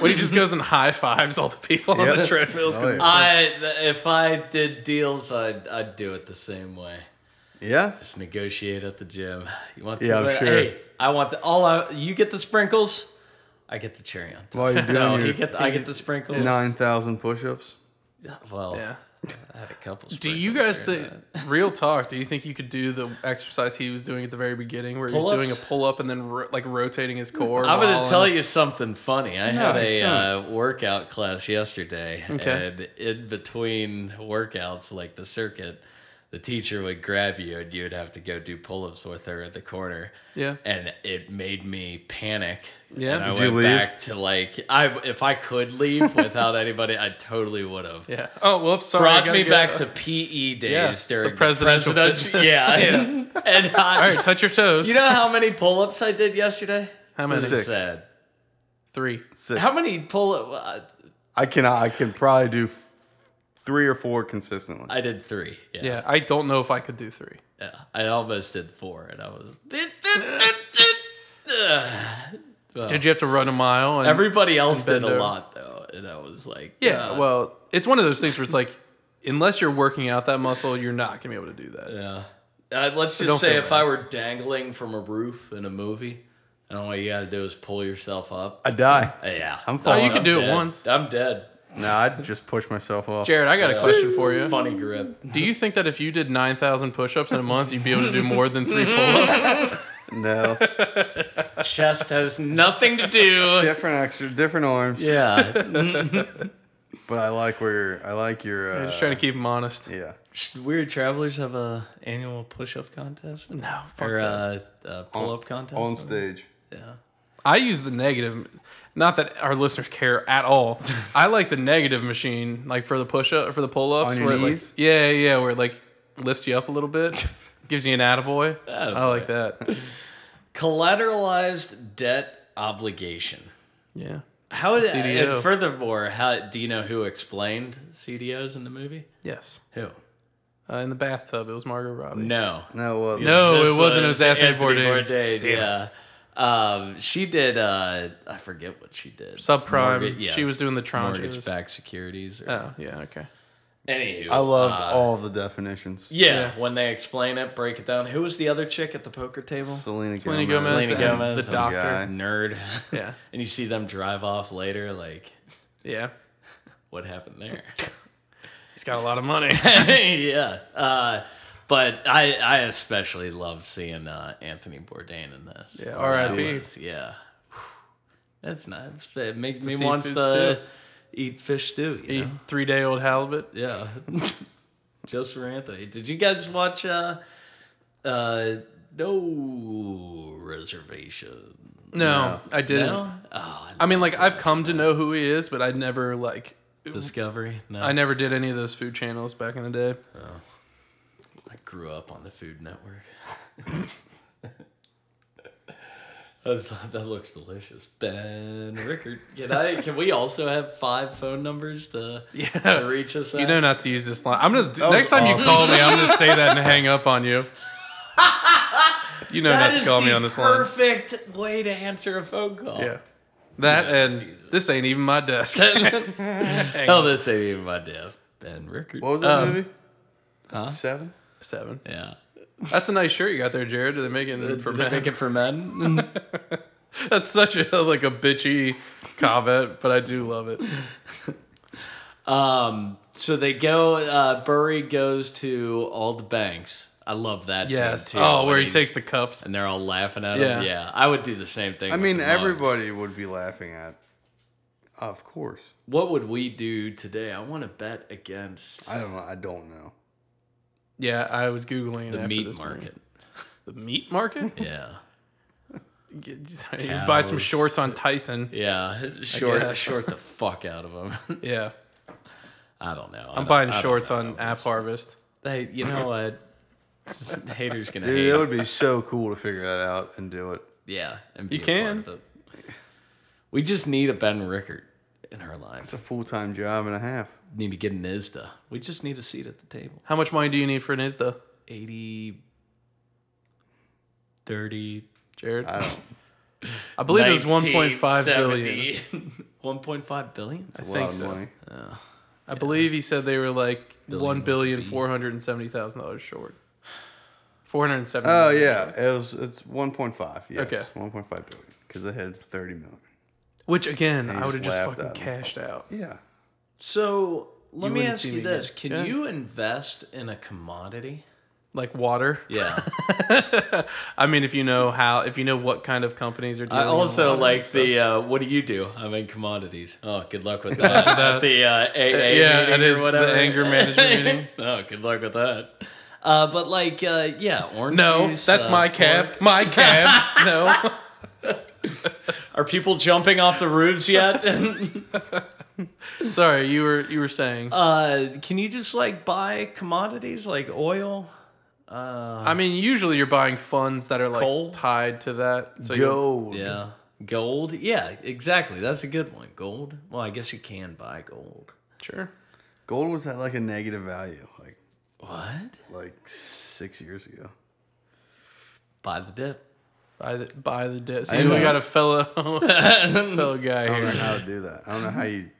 Speaker 1: when he just goes and high fives all the people
Speaker 3: Yep.
Speaker 1: on the treadmills. 'cause
Speaker 3: Oh,
Speaker 1: it's-
Speaker 2: <laughs> I if I did deals, I'd I'd do it the same way.
Speaker 3: Yeah.
Speaker 2: Just negotiate at the gym. You want?
Speaker 3: Yeah, I'm
Speaker 2: to,
Speaker 3: sure.
Speaker 2: Hey, I want the all. I, you get the sprinkles. I get the cherry on top.
Speaker 1: <laughs>
Speaker 3: While you're doing
Speaker 2: No,
Speaker 3: your
Speaker 2: he get the, I get the sprinkles.
Speaker 3: nine thousand push-ups.
Speaker 2: Well,
Speaker 1: yeah.
Speaker 2: I had a couple.
Speaker 1: Do you
Speaker 2: sprinkles
Speaker 1: guys
Speaker 2: here and
Speaker 1: think real talk? Do you think you could do the exercise he was doing at the very beginning, where he was doing a
Speaker 2: Pull-ups?
Speaker 1: pull up and then ro- like rotating his core?
Speaker 2: I'm
Speaker 1: while
Speaker 2: going
Speaker 1: in-
Speaker 2: to tell you something funny. I had a
Speaker 3: no.
Speaker 2: uh, workout class yesterday,
Speaker 1: Okay.
Speaker 2: and in between workouts, like the circuit, the teacher would grab you, and you would have to go do pull-ups with her at the corner.
Speaker 1: Yeah.
Speaker 2: and it made me panic.
Speaker 1: Yeah.
Speaker 2: and I
Speaker 1: Did
Speaker 3: you
Speaker 2: went
Speaker 3: leave?
Speaker 2: back to like I if I
Speaker 1: <laughs>
Speaker 2: could leave without anybody, I totally would have.
Speaker 1: Yeah. Oh, whoops. Sorry. I
Speaker 2: Brought
Speaker 1: gotta
Speaker 2: me
Speaker 1: go.
Speaker 2: back to PE days
Speaker 1: Yeah,
Speaker 2: during
Speaker 1: the presidential
Speaker 2: presidential-
Speaker 1: fitness.
Speaker 2: <laughs> yeah,
Speaker 1: Yeah.
Speaker 2: and,
Speaker 1: <laughs>
Speaker 2: and I,
Speaker 1: All right, touch your toes.
Speaker 2: you know how many pull-ups I did yesterday?
Speaker 1: How many?
Speaker 3: Six.
Speaker 2: Sad.
Speaker 1: Three.
Speaker 3: Six.
Speaker 2: How many pull
Speaker 1: uh,
Speaker 2: up?
Speaker 3: I can I can probably do f- three or four consistently.
Speaker 2: I did three. Yeah.
Speaker 1: Yeah, I don't know if I could do three.
Speaker 2: yeah. I almost did four, and
Speaker 1: <laughs>
Speaker 2: I was.
Speaker 1: Did you have to run a mile? And,
Speaker 2: Everybody else did
Speaker 1: bend
Speaker 2: a
Speaker 1: over.
Speaker 2: lot though, and I was like,
Speaker 1: yeah.
Speaker 2: uh,
Speaker 1: well, it's one of those things where it's like, unless you're working out that muscle, you're not gonna be able to do that.
Speaker 2: yeah. Uh, let's
Speaker 1: don't
Speaker 2: just say
Speaker 1: feel
Speaker 2: if I were dangling from a roof in a movie, and all you got to do is pull yourself up. Uh,
Speaker 3: I die.
Speaker 2: yeah,
Speaker 3: I'm falling.
Speaker 1: Oh, you
Speaker 3: up.
Speaker 1: can do it
Speaker 2: dead.
Speaker 1: once.
Speaker 2: I'm dead.
Speaker 3: No, I'd just push myself off.
Speaker 1: Jared, I got a
Speaker 2: Yeah.
Speaker 1: question for you.
Speaker 2: Funny grip.
Speaker 1: Do you think that if you did 9,000 push ups in a month, you'd be able to do more than three pull ups? <laughs>
Speaker 3: No,
Speaker 2: Chest has nothing to do.
Speaker 3: different extra, different
Speaker 2: <laughs>
Speaker 3: arms.
Speaker 2: yeah,
Speaker 3: But I like where I like your. Uh,
Speaker 1: Just trying to keep them honest.
Speaker 3: yeah.
Speaker 2: weird travelers have a annual push-up contest.
Speaker 1: No, fuck
Speaker 2: or
Speaker 1: that.
Speaker 2: uh, uh, pull up contest
Speaker 3: On stage.
Speaker 2: Yeah,
Speaker 1: I use the negative. Not that our listeners care at all. I like the negative machine, like for the push up, for the pull ups.
Speaker 3: On your
Speaker 1: where it, like-
Speaker 3: knees?
Speaker 1: yeah, yeah, where it like lifts you up a little bit, gives you an attaboy. I
Speaker 2: Attaboy.
Speaker 1: like that.
Speaker 2: collateralized debt obligation.
Speaker 1: Yeah.
Speaker 2: How did
Speaker 1: CDO.
Speaker 2: and furthermore, how do you know who explained CDOs in the movie?
Speaker 1: Yes.
Speaker 2: Who?
Speaker 1: Uh, in the bathtub, it was Margot Robbie.
Speaker 2: No,
Speaker 3: No, well,
Speaker 1: No, it
Speaker 2: Just,
Speaker 1: wasn't.
Speaker 2: uh,
Speaker 1: It was Anthony Bourdain.
Speaker 2: yeah, um, she did. Uh, I forget what she did.
Speaker 1: Subprime.
Speaker 2: Mortgage- yes.
Speaker 1: She was doing the tranches.
Speaker 2: mortgage-backed securities. Or,
Speaker 1: Oh, yeah, okay.
Speaker 2: Anywho,
Speaker 3: I loved
Speaker 2: uh,
Speaker 3: all of the definitions.
Speaker 2: Yeah,
Speaker 1: Yeah.
Speaker 2: when they explain it, break it down. Who was the other chick at the poker table?
Speaker 3: Selena,
Speaker 1: Selena
Speaker 3: Gomez.
Speaker 1: Gomez,
Speaker 2: Selena
Speaker 1: and
Speaker 2: Gomez, oh
Speaker 1: the
Speaker 2: some
Speaker 1: doctor.
Speaker 3: guy.
Speaker 2: Nerd.
Speaker 1: Yeah,
Speaker 2: and you see them drive off later. Like,
Speaker 1: yeah.
Speaker 2: what happened <laughs> there?
Speaker 1: He's got a lot of
Speaker 2: <laughs>
Speaker 1: money.
Speaker 2: yeah. Uh, but I, I especially loved seeing uh, Anthony Bourdain in this.
Speaker 1: Yeah, R.I.P.
Speaker 2: It's- yeah. Whew. That's nuts. It makes me
Speaker 1: seafood
Speaker 2: wants to eat fish stew. you know?
Speaker 1: Three day old halibut.
Speaker 2: Yeah. <laughs> Joseph Anthony. Did you guys watch uh uh No Reservation?
Speaker 1: No, I didn't.
Speaker 2: No? Oh,
Speaker 1: I mean, like I've come to know who he is, but I never like
Speaker 2: Discovery? No.
Speaker 1: I never did any of those food channels back in the day.
Speaker 2: I grew up on the Food Network. <laughs> That's, that looks delicious, Ben Rickard. Can I? Can we also have five phone numbers to, to
Speaker 1: Yeah.
Speaker 2: reach us? At?
Speaker 1: You know not to use this line. I'm just
Speaker 3: was
Speaker 1: next time you
Speaker 3: awesome.
Speaker 1: call me, I'm gonna say that
Speaker 2: <laughs>
Speaker 1: and hang up on you. You know not
Speaker 2: that
Speaker 1: to
Speaker 2: is
Speaker 1: call
Speaker 2: the
Speaker 1: me on this line.
Speaker 2: perfect way to answer a phone call. <laughs>
Speaker 1: Yeah. That and
Speaker 2: Jesus.
Speaker 1: this ain't even my desk. <laughs>
Speaker 2: Hell, this ain't even my desk. Ben Rickard.
Speaker 3: What was that
Speaker 1: Um,
Speaker 3: movie?
Speaker 2: huh?
Speaker 3: Seven.
Speaker 1: Seven.
Speaker 2: Yeah.
Speaker 1: That's a nice shirt you got there, Jared. Are they making it for
Speaker 2: Did Uh, they
Speaker 1: men?
Speaker 2: make it for men? <laughs>
Speaker 1: That's such a like a bitchy comment, but I do love it.
Speaker 2: um, so they go. Uh, Burry goes to all the banks. I love that. scene,
Speaker 1: Yes.
Speaker 2: too,
Speaker 1: Oh,
Speaker 2: when
Speaker 1: where he
Speaker 2: he's-
Speaker 1: takes the cups.
Speaker 2: and they're all laughing at him.
Speaker 1: Yeah.
Speaker 2: Yeah, I would do the same thing.
Speaker 3: I
Speaker 2: with
Speaker 3: mean,
Speaker 2: the mugs.
Speaker 3: everybody would be laughing at. Of course.
Speaker 2: What would we do today? I want to bet against
Speaker 3: I don't know. I don't know.
Speaker 1: Yeah, I was googling
Speaker 2: the
Speaker 1: after
Speaker 2: meat
Speaker 1: this morning.
Speaker 2: market.
Speaker 1: The meat market.
Speaker 2: Yeah,
Speaker 1: Get- <laughs> you buy some
Speaker 2: Cows.
Speaker 1: shorts on Tyson. <laughs>
Speaker 2: yeah. Short,
Speaker 1: guess.
Speaker 2: short the fuck out of them.
Speaker 1: Yeah,
Speaker 2: <laughs> I don't know.
Speaker 1: I'm buying shorts on App Harvest.
Speaker 2: They,
Speaker 1: <laughs>
Speaker 2: you know what? <laughs> Haters gonna
Speaker 3: Dude,
Speaker 2: hate.
Speaker 3: it would be so cool to figure that out and do it.
Speaker 2: Yeah, and be
Speaker 1: You
Speaker 2: a
Speaker 1: can.
Speaker 2: Part of it. We just need a Ben Rickard in our lives.
Speaker 3: It's a full time job and a half.
Speaker 2: Need to get an ISDA. We just need a seat at the table.
Speaker 1: How much money do you need for an ISDA,
Speaker 2: 80, 30,
Speaker 1: Jared?
Speaker 3: I
Speaker 1: I,
Speaker 3: don't.
Speaker 1: believe it was 1.5 billion.
Speaker 2: <laughs> 1.5 billion?
Speaker 3: It's
Speaker 1: <laughs>
Speaker 3: a
Speaker 1: I
Speaker 3: lot
Speaker 1: think
Speaker 3: of
Speaker 1: so.
Speaker 3: money.
Speaker 1: I believe he said they were like one billion
Speaker 2: billion
Speaker 1: four hundred and seventy thousand dollars short. Four hundred and seventy.
Speaker 3: Oh yeah, it was. It's one point five. Yes,
Speaker 1: Okay.
Speaker 3: one point five billion because they had thirty million.
Speaker 1: Which again, I
Speaker 3: just
Speaker 1: would have just
Speaker 3: laughed
Speaker 1: fucking
Speaker 3: at him.
Speaker 1: cashed out.
Speaker 3: Yeah.
Speaker 2: So let
Speaker 1: You
Speaker 2: me
Speaker 1: wouldn't
Speaker 2: ask
Speaker 1: see
Speaker 2: you
Speaker 1: me
Speaker 2: this:
Speaker 1: again.
Speaker 2: Can
Speaker 1: Yeah.
Speaker 2: you invest in a commodity?
Speaker 1: Like water.
Speaker 2: <laughs> Yeah.
Speaker 1: I mean, if you know how, if you know what kind of companies are doing.
Speaker 2: I also like the uh, what do you do? I'm in commodities. Oh, good luck <laughs> with that. At the uh, AA
Speaker 1: Yeah,
Speaker 2: meeting
Speaker 1: it is
Speaker 2: or
Speaker 1: the
Speaker 2: whatever.
Speaker 1: anger management
Speaker 2: <laughs>
Speaker 1: meeting.
Speaker 2: oh, good luck with that. Uh, but like, uh, yeah, orange.
Speaker 1: No,
Speaker 2: juice,
Speaker 1: that's
Speaker 2: uh,
Speaker 1: my cab. My
Speaker 2: <laughs>
Speaker 1: cab. no.
Speaker 2: Are people jumping off the roofs yet?
Speaker 1: Sorry, you were you were saying.
Speaker 2: <laughs> uh, can you just like buy commodities like oil?
Speaker 1: I mean, usually you're buying funds that are like
Speaker 2: Coal?
Speaker 1: tied to that. So you
Speaker 3: Gold.
Speaker 2: Yeah, gold. Yeah, exactly. That's a good one. Gold. Well, I guess you can buy gold.
Speaker 1: sure.
Speaker 3: Gold was at like a negative value, like
Speaker 2: What?
Speaker 3: like six years ago.
Speaker 2: Buy the dip.
Speaker 1: Buy the buy the debt. See,
Speaker 3: I
Speaker 1: we
Speaker 3: know.
Speaker 1: got a
Speaker 2: <laughs>
Speaker 1: fellow <laughs> fellow guy
Speaker 3: I don't know
Speaker 1: here.
Speaker 3: how to do that. I don't know how you.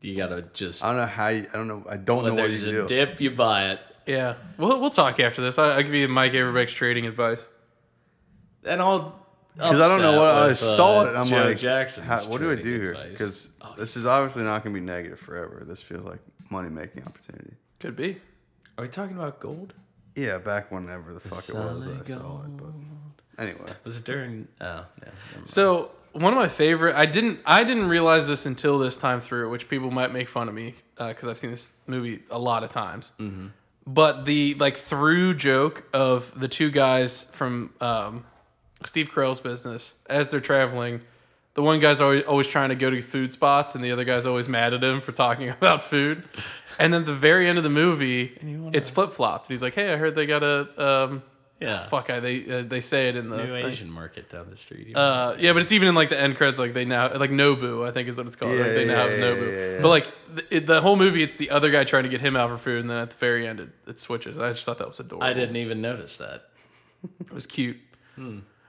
Speaker 2: You gotta just
Speaker 3: I don't know how you. I don't know. I don't
Speaker 2: when
Speaker 3: know what
Speaker 2: there's
Speaker 3: you
Speaker 2: a
Speaker 3: do.
Speaker 2: dip, you buy it.
Speaker 1: Yeah, we'll we'll talk after this. I, I'll give you Mike Averbeck's trading advice.
Speaker 2: And I'll
Speaker 3: Because I don't know what I
Speaker 2: with,
Speaker 3: saw
Speaker 2: uh,
Speaker 3: it. and I'm
Speaker 2: Joe
Speaker 3: like,
Speaker 2: Jackson's
Speaker 3: how- what do I
Speaker 2: trading
Speaker 3: do here?
Speaker 2: advice. Oh,
Speaker 3: Because this is obviously not going to be negative forever. This feels like money making opportunity.
Speaker 1: Could be.
Speaker 2: Are we talking about gold?
Speaker 3: Yeah, back whenever the fuck it was
Speaker 2: solid
Speaker 3: that I saw it. But anyway,
Speaker 2: Was it during? Oh, no.
Speaker 1: So one of my favorite. I didn't I didn't realize this until this time through, which people might make fun of me because I've seen this movie a lot of times. Mm-hmm. But the like through joke of the two guys from um, Steve Carell's business as they're traveling. The one guy's always, always trying to go to food spots, and the other guy's always mad at him for talking <laughs> about food. And then the very end of the movie, it's flip flopped. He's like, "Hey, I heard they got a um,
Speaker 2: Yeah.
Speaker 1: fuck. I they uh, they say it in the
Speaker 2: New
Speaker 1: thing.
Speaker 2: Asian market down the street. you know?
Speaker 1: Uh, yeah, but it's even in like the end credits, like they now like Nobu, I think is what it's called.
Speaker 3: Yeah,
Speaker 1: like, they now
Speaker 3: yeah,
Speaker 1: have
Speaker 3: yeah,
Speaker 1: Nobu,
Speaker 3: yeah, yeah.
Speaker 1: but like th- it, the whole movie, it's the other guy trying to get him out for food, and then at the very end, it, it switches. I just thought that was adorable.
Speaker 2: I didn't even notice that.
Speaker 1: It was cute.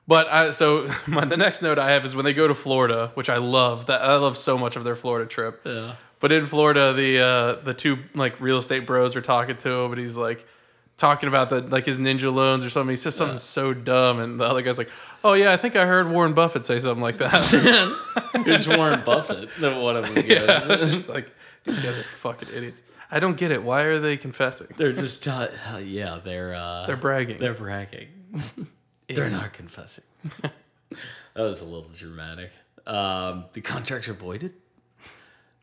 Speaker 1: But I so <laughs> my, the next note I have is when they go to Florida, which I love. That I love so much of their Florida trip.
Speaker 2: <laughs> Yeah.
Speaker 1: But in Florida, the uh, the two like real estate bros are talking to him, and he's like talking about the like his ninja loans or something. He says something so dumb, and the other guy's like, "Oh yeah, I think I heard Warren Buffett say something like
Speaker 2: <laughs>
Speaker 1: that."
Speaker 2: Here's Warren Buffett. Then one of <laughs> them goes.
Speaker 1: It's like these guys are fucking idiots. I don't get it. Why are they confessing?
Speaker 2: They're just uh, uh, yeah. They're uh,
Speaker 1: They're bragging. <laughs>
Speaker 2: They're bragging. they're not confessing. <laughs> that was a little dramatic. Um, the contract's are voided.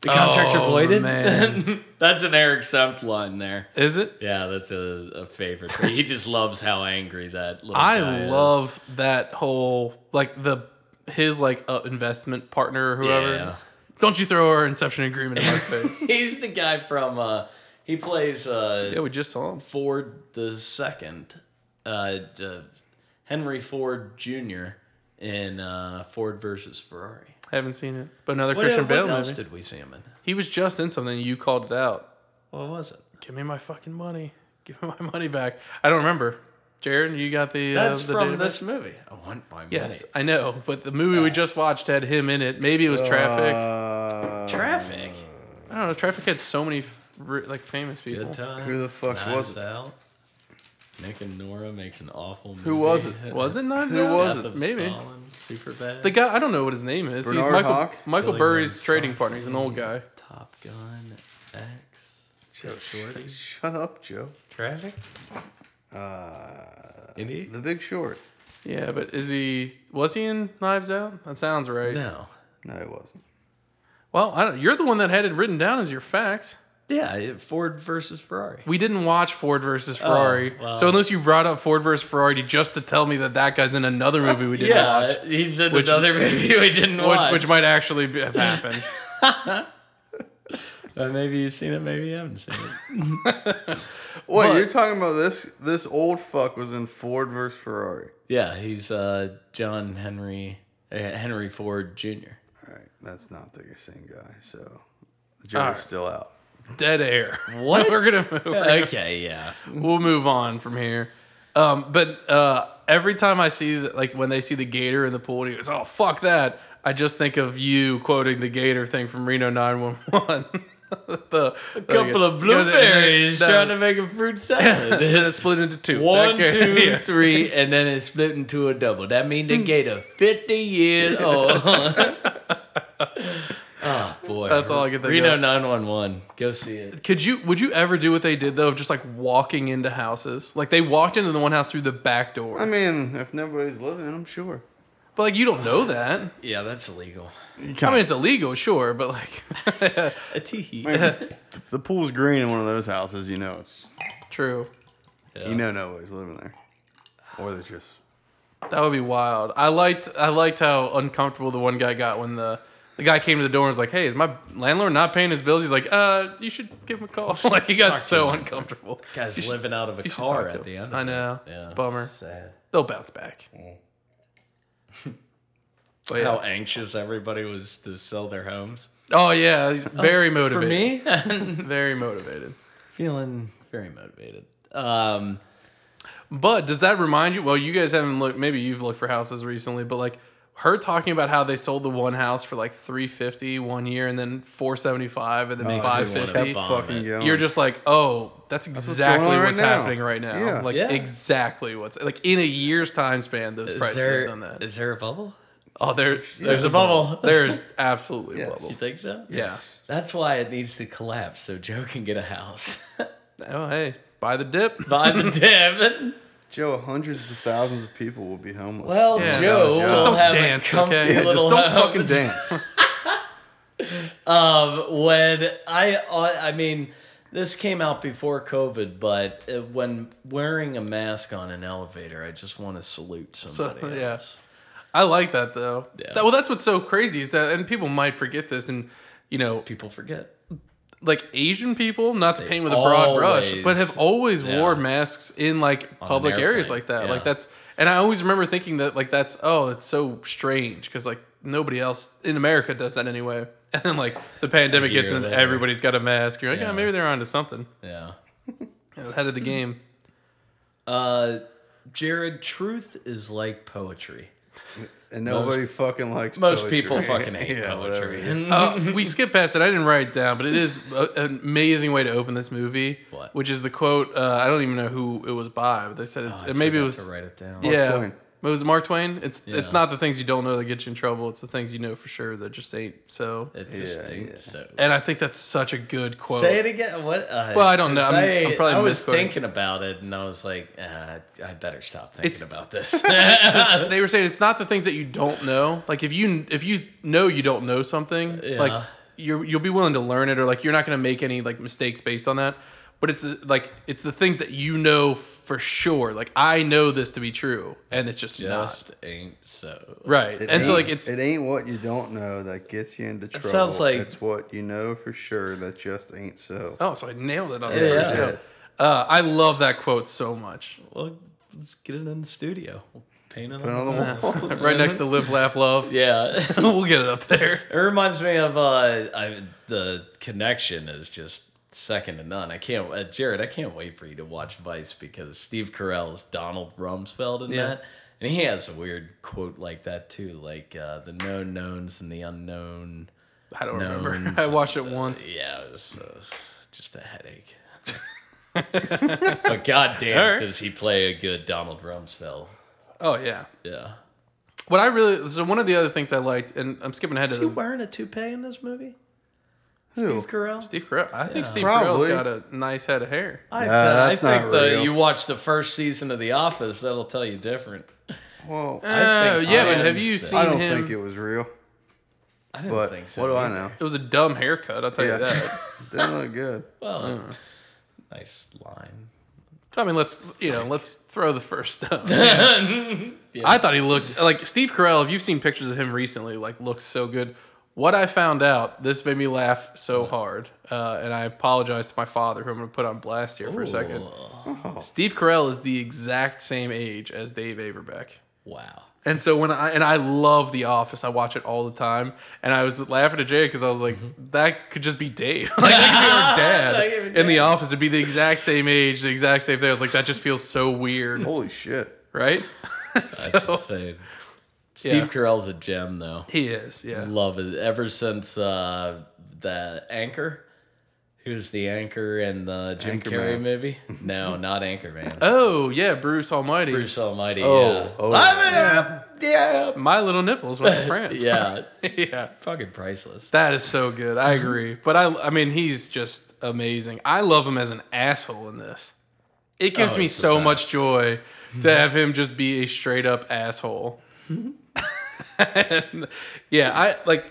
Speaker 2: The contract's are
Speaker 1: Oh,
Speaker 2: voided.
Speaker 1: man.
Speaker 2: <laughs> that's an Eric Semp line there.
Speaker 1: Is it?
Speaker 2: Yeah, that's a, a favorite. He just loves how angry that little guy
Speaker 1: I
Speaker 2: is.
Speaker 1: love that whole like the his like uh, investment partner or whoever.
Speaker 2: Yeah.
Speaker 1: Don't you throw our inception agreement in my
Speaker 2: <laughs>
Speaker 1: face?
Speaker 2: <laughs> He's the guy from. Uh, he plays uh,
Speaker 1: yeah, we just saw him.
Speaker 2: Ford the second, uh, uh, Henry Ford Jr. in uh, Ford versus Ferrari.
Speaker 1: Haven't seen it, but another
Speaker 2: What,
Speaker 1: Christian
Speaker 2: what
Speaker 1: Bale
Speaker 2: else
Speaker 1: movie.
Speaker 2: did we see him in?
Speaker 1: He was just in something. You called it out.
Speaker 2: What was it?
Speaker 1: Give me my fucking money. <laughs> Give me my money back. I don't remember. Jared, you got the.
Speaker 2: That's
Speaker 1: uh, the
Speaker 2: from
Speaker 1: database?
Speaker 2: this movie. I want my money.
Speaker 1: Yes, I know, but the movie we just watched had him in it. Maybe it was Traffic.
Speaker 3: Uh,
Speaker 2: Traffic.
Speaker 1: I don't know. Traffic had so many f- re- like famous people.
Speaker 2: Good time.
Speaker 3: Who the fuck
Speaker 2: Knives
Speaker 3: was it?
Speaker 2: Out. Nick and Nora makes an awful movie.
Speaker 3: Who was it?
Speaker 2: <laughs>
Speaker 1: Was it Knives
Speaker 3: Who
Speaker 1: Out?
Speaker 3: was
Speaker 2: Death
Speaker 3: it?
Speaker 2: of
Speaker 1: Maybe.
Speaker 2: Stalin, super bad.
Speaker 1: The guy, I don't know what his name is.
Speaker 3: Bernard
Speaker 1: He's Michael
Speaker 3: Hawke?
Speaker 1: Michael
Speaker 2: Killing
Speaker 1: Burry's
Speaker 2: Them
Speaker 1: trading partner. He's an old guy.
Speaker 2: Top Gun X.
Speaker 3: Joe,
Speaker 2: Shorty.
Speaker 3: Shut up, Joe.
Speaker 2: Traffic. Uh, Indy.
Speaker 3: The Big Short.
Speaker 1: Yeah, but is he? Was he in Knives Out? That sounds right.
Speaker 2: No.
Speaker 3: No, it wasn't.
Speaker 1: Well, I don't, you're the one that had it written down as your facts.
Speaker 2: Yeah, it- Ford versus Ferrari.
Speaker 1: We didn't watch Ford versus Ferrari,
Speaker 2: Oh, well.
Speaker 1: so unless you brought up Ford versus Ferrari to- just to tell me that that guy's in another movie we didn't watch,
Speaker 2: he's in
Speaker 1: Which-
Speaker 2: another <laughs> movie we didn't watch.
Speaker 1: which, which might actually be- have
Speaker 2: <laughs>
Speaker 1: happened.
Speaker 2: Uh, maybe you've seen it, maybe you haven't seen it.
Speaker 3: Wait,
Speaker 1: But-
Speaker 3: you're talking about this? This old fuck was in Ford versus Ferrari.
Speaker 2: yeah, he's uh, John Henry uh, Henry Ford
Speaker 1: <laughs>
Speaker 2: Jr.
Speaker 3: All right, that's not the same guy. So the jury's
Speaker 1: right.
Speaker 3: still out.
Speaker 1: Dead air. <laughs>
Speaker 2: What?
Speaker 1: we're gonna move.
Speaker 2: Okay, yeah.
Speaker 1: we'll move on from here. Um, but uh, every time I see the, like when they see the gator in the pool and he goes, "Oh fuck that," I just think of you quoting the gator thing from Reno 911. <laughs> the a
Speaker 2: Couple of blueberries trying to make a
Speaker 1: <laughs>
Speaker 2: fruit salad.
Speaker 1: split into
Speaker 2: <laughs>
Speaker 1: two.
Speaker 2: One,
Speaker 1: That gator-
Speaker 2: two,
Speaker 1: <laughs> yeah.
Speaker 2: three, and then it's split into a double. That means the gator fifty
Speaker 1: <laughs>
Speaker 2: years old. <laughs> oh boy,
Speaker 1: That's all I can think
Speaker 2: Reno
Speaker 1: of.
Speaker 2: nine one one. Go see it.
Speaker 1: Could you? Would you ever do what they did though, of just like walking into houses? Like they walked into the one house through the back door,
Speaker 3: I mean, if nobody's living, I'm sure.
Speaker 1: but like you don't know that.
Speaker 2: Yeah, that's illegal.
Speaker 1: I mean, it's illegal, sure, but like, <laughs>
Speaker 2: A teehee.
Speaker 3: If the pool's green in one of those houses, you know it's
Speaker 1: true.
Speaker 3: you know nobody's living there, or they just
Speaker 1: That would be wild. I liked I liked how uncomfortable the one guy got when the the guy came to the door and was like, "Hey, is my landlord not paying his bills?" He's like, "Uh, you should give him a call." <laughs> like he got so uncomfortable.
Speaker 2: Guy's living out of a
Speaker 1: You should
Speaker 2: car
Speaker 1: talk to
Speaker 2: at the
Speaker 1: him.
Speaker 2: end.
Speaker 1: I
Speaker 2: of it.
Speaker 1: know. It's a bummer.
Speaker 2: Sad.
Speaker 1: They'll bounce back. But yeah.
Speaker 2: Mm. How anxious everybody was to sell their homes.
Speaker 1: Oh yeah, he's very motivated.
Speaker 2: <laughs> me,
Speaker 1: very motivated.
Speaker 2: feeling very motivated. Um,
Speaker 1: But does that remind you? Well, you guys haven't looked. Maybe you've looked for houses recently, but like her talking about how they sold the one house for like 350 one year and then 475 and then
Speaker 2: Makes
Speaker 3: Oh,
Speaker 2: me wanna
Speaker 1: 560
Speaker 3: kept
Speaker 2: vomit.
Speaker 3: fucking going.
Speaker 1: you're just like, oh, that's exactly
Speaker 3: going on
Speaker 1: what's,
Speaker 3: right now.
Speaker 1: happening right now.
Speaker 3: Yeah.
Speaker 1: Like
Speaker 2: Yeah.
Speaker 1: exactly what's like in a year's time span. Those
Speaker 2: is
Speaker 1: prices
Speaker 2: there
Speaker 1: have done that.
Speaker 2: is there a bubble?
Speaker 1: oh, there,
Speaker 2: There's a bubble. <laughs>
Speaker 1: there's absolutely
Speaker 3: Yes.
Speaker 1: bubble.
Speaker 2: You think so?
Speaker 1: Yeah.
Speaker 2: That's why it needs to collapse so Joe can get a house. <laughs>
Speaker 1: Oh, hey, buy the dip.
Speaker 2: By the Devon.
Speaker 3: Joe, hundreds of thousands of people will be homeless.
Speaker 2: Well,
Speaker 1: Yeah.
Speaker 2: Joe
Speaker 3: Just
Speaker 2: will
Speaker 1: don't
Speaker 2: have
Speaker 1: dance,
Speaker 2: a comfy
Speaker 1: okay? Yeah,
Speaker 3: yeah, just
Speaker 2: little
Speaker 3: don't
Speaker 2: house.
Speaker 3: fucking
Speaker 2: <laughs>
Speaker 3: dance.
Speaker 2: Um, when I, I, I mean, this came out before COVID, but uh, when wearing a mask on an elevator, I just want to salute somebody.
Speaker 1: yeah.
Speaker 2: else.
Speaker 1: I like that though.
Speaker 2: Yeah.
Speaker 1: That- well, that's what's so crazy is that, and people might forget this, and you know,
Speaker 2: People forget.
Speaker 1: like Asian people, not to paint with a broad brush,
Speaker 2: always-
Speaker 1: but have always
Speaker 2: yeah.
Speaker 1: wore masks in like public areas
Speaker 2: airplane,
Speaker 1: like that.
Speaker 2: yeah.
Speaker 1: Like that's, and I always remember thinking that like that's oh, it's so strange because like nobody else in America does that anyway. <laughs> And then like the pandemic
Speaker 2: year
Speaker 1: gets and
Speaker 2: later.
Speaker 1: everybody's got a mask. You're like, yeah,
Speaker 2: Yeah. Mm-hmm.
Speaker 1: maybe they're onto something.
Speaker 2: Yeah.
Speaker 1: It was ahead of the game.
Speaker 2: Uh, Jared, truth is like poetry.
Speaker 3: And nobody fucking likes
Speaker 2: Most <laughs>
Speaker 3: poetry. <laughs>
Speaker 2: people fucking hate poetry.
Speaker 3: whatever.
Speaker 1: Uh, we skipped past it. I didn't write it down, but it is a, an amazing way to open this movie.
Speaker 2: What?
Speaker 1: Which is the quote? Uh, I don't even know who it was by, but they said it's,
Speaker 2: Oh, I
Speaker 1: it maybe it
Speaker 2: forgot
Speaker 1: was
Speaker 2: to write it down.
Speaker 1: yeah.
Speaker 3: Twain.
Speaker 1: It was Mark Twain. It's it's
Speaker 2: Yeah.
Speaker 1: not the things you don't know that get you in trouble. It's the things you know for sure that just ain't so.
Speaker 2: It just
Speaker 3: Yeah,
Speaker 2: ain't
Speaker 3: yeah.
Speaker 2: so.
Speaker 1: And I think that's such a good quote. <laughs>
Speaker 2: Say it again. What? Uh,
Speaker 1: Well, I don't know.
Speaker 2: 'cause
Speaker 1: I'm-
Speaker 2: I,
Speaker 1: I'm probably
Speaker 2: I was
Speaker 1: misquoting.
Speaker 2: thinking about it, and I was like, uh, I better stop thinking
Speaker 1: It's- <laughs>
Speaker 2: about this.
Speaker 1: they were saying it's not the things that you don't know. Like if you if you know you don't know something,
Speaker 2: Yeah.
Speaker 1: like you're you'll be willing to learn it, or like you're not going to make any like mistakes based on that. But it's uh, like it's the things that you know for sure. Like I know this to be true, and it's just, not
Speaker 2: just ain't so.
Speaker 1: right.
Speaker 3: It
Speaker 1: And so
Speaker 3: ain't-
Speaker 1: like it's
Speaker 3: it ain't what you don't know that gets you into trouble.
Speaker 2: sounds like-
Speaker 3: it's what you know for sure that just ain't so.
Speaker 1: oh, so I nailed it on the
Speaker 2: Yeah,
Speaker 1: first
Speaker 2: yeah.
Speaker 1: go. Uh, I love that quote so much.
Speaker 2: Well, let's get it in the studio. We'll paint it
Speaker 3: Put it on
Speaker 2: on.
Speaker 3: the <laughs> wall.
Speaker 1: right next to live, laugh, love.
Speaker 2: Yeah.
Speaker 1: <laughs> we'll get it up there.
Speaker 2: It reminds me of uh, I, the connection is just second to none. I can't, uh, Jared. I can't wait for you to watch Vice because Steve Carell is Donald Rumsfeld in
Speaker 1: Yeah.
Speaker 2: that, and he has a weird quote like that too, like uh, the known knowns and the unknown.
Speaker 1: I don't remember. <laughs>
Speaker 2: Knowns
Speaker 1: I watched it once.
Speaker 2: Yeah, it was, uh, just a headache. but goddamn,
Speaker 1: All right.
Speaker 2: does he play a good Donald Rumsfeld?
Speaker 1: Oh yeah.
Speaker 2: Yeah.
Speaker 1: What I really so one of the other things I liked, and I'm skipping ahead
Speaker 2: Is
Speaker 1: to
Speaker 2: he
Speaker 1: the
Speaker 2: wearing a toupee in this movie?
Speaker 3: Who?
Speaker 2: Steve Carell.
Speaker 1: Steve Carell. I think Steve Carell's
Speaker 3: Probably.
Speaker 1: got a nice head of hair.
Speaker 2: I,
Speaker 3: Nah,
Speaker 2: bet-
Speaker 3: that's
Speaker 2: I
Speaker 3: not
Speaker 2: think the,
Speaker 3: real.
Speaker 2: you watch the first season of The Office, that'll tell you different.
Speaker 3: Well,
Speaker 1: Oh,
Speaker 2: think
Speaker 1: yeah,
Speaker 2: I
Speaker 1: but have you
Speaker 2: understand.
Speaker 1: seen
Speaker 3: I don't
Speaker 1: him?
Speaker 3: think it
Speaker 1: it,
Speaker 3: was real.
Speaker 2: I didn't
Speaker 3: But
Speaker 2: think so.
Speaker 3: what do I
Speaker 2: either.
Speaker 3: know?
Speaker 1: was a dumb haircut. I'll tell
Speaker 3: Yeah,
Speaker 1: you that.
Speaker 3: <laughs> didn't look good.
Speaker 2: Well,
Speaker 3: Mm.
Speaker 2: nice line.
Speaker 1: I mean, let's you know, let's throw the first stone. <laughs> I thought he looked like Steve Carell. If you've seen pictures of him recently, like looks so good. What I found out, this made me laugh so hard, uh, and I apologize to my father, who I'm going to put on blast here for a second. Steve Carell is the exact same age as Dave Averbeck.
Speaker 3: <laughs>
Speaker 2: Wow.
Speaker 1: And so when I and I love The Office, I watch it all the time. And I was laughing at Jay because I was like, that could just be Dave, <laughs> like
Speaker 2: <laughs>
Speaker 1: that
Speaker 2: Mm-hmm. Like,
Speaker 1: could be
Speaker 2: if
Speaker 1: her
Speaker 2: it
Speaker 1: dad in The Office. It'd be the exact same age, the exact same thing. I was like, that just feels so weird,
Speaker 3: Holy shit.
Speaker 1: right?
Speaker 2: That's
Speaker 1: so
Speaker 2: insane. Steve
Speaker 1: Yeah.
Speaker 2: Carell's a gem, though.
Speaker 1: he is,
Speaker 2: <laughs>
Speaker 1: yeah.
Speaker 2: Love it. Ever since uh, the anchor, who's the anchor in the Jim
Speaker 3: Anchorman.
Speaker 2: Carrey
Speaker 3: <laughs>
Speaker 2: movie? No, not Anchorman.
Speaker 1: Oh yeah, Bruce Almighty.
Speaker 2: Bruce Almighty.
Speaker 3: Oh,
Speaker 2: yeah.
Speaker 3: oh.
Speaker 2: I'm a- yeah.
Speaker 1: My little nipples went
Speaker 2: <laughs>
Speaker 1: to France.
Speaker 2: Yeah.
Speaker 1: <laughs> yeah.
Speaker 2: Fucking priceless.
Speaker 1: That is so good. I agree. But I I mean he's just amazing. I love him as an asshole in this. It gives
Speaker 2: Oh,
Speaker 1: me
Speaker 2: it's the
Speaker 1: so much
Speaker 2: best.
Speaker 1: joy to have him just be a straight up asshole. <laughs> And, yeah, I like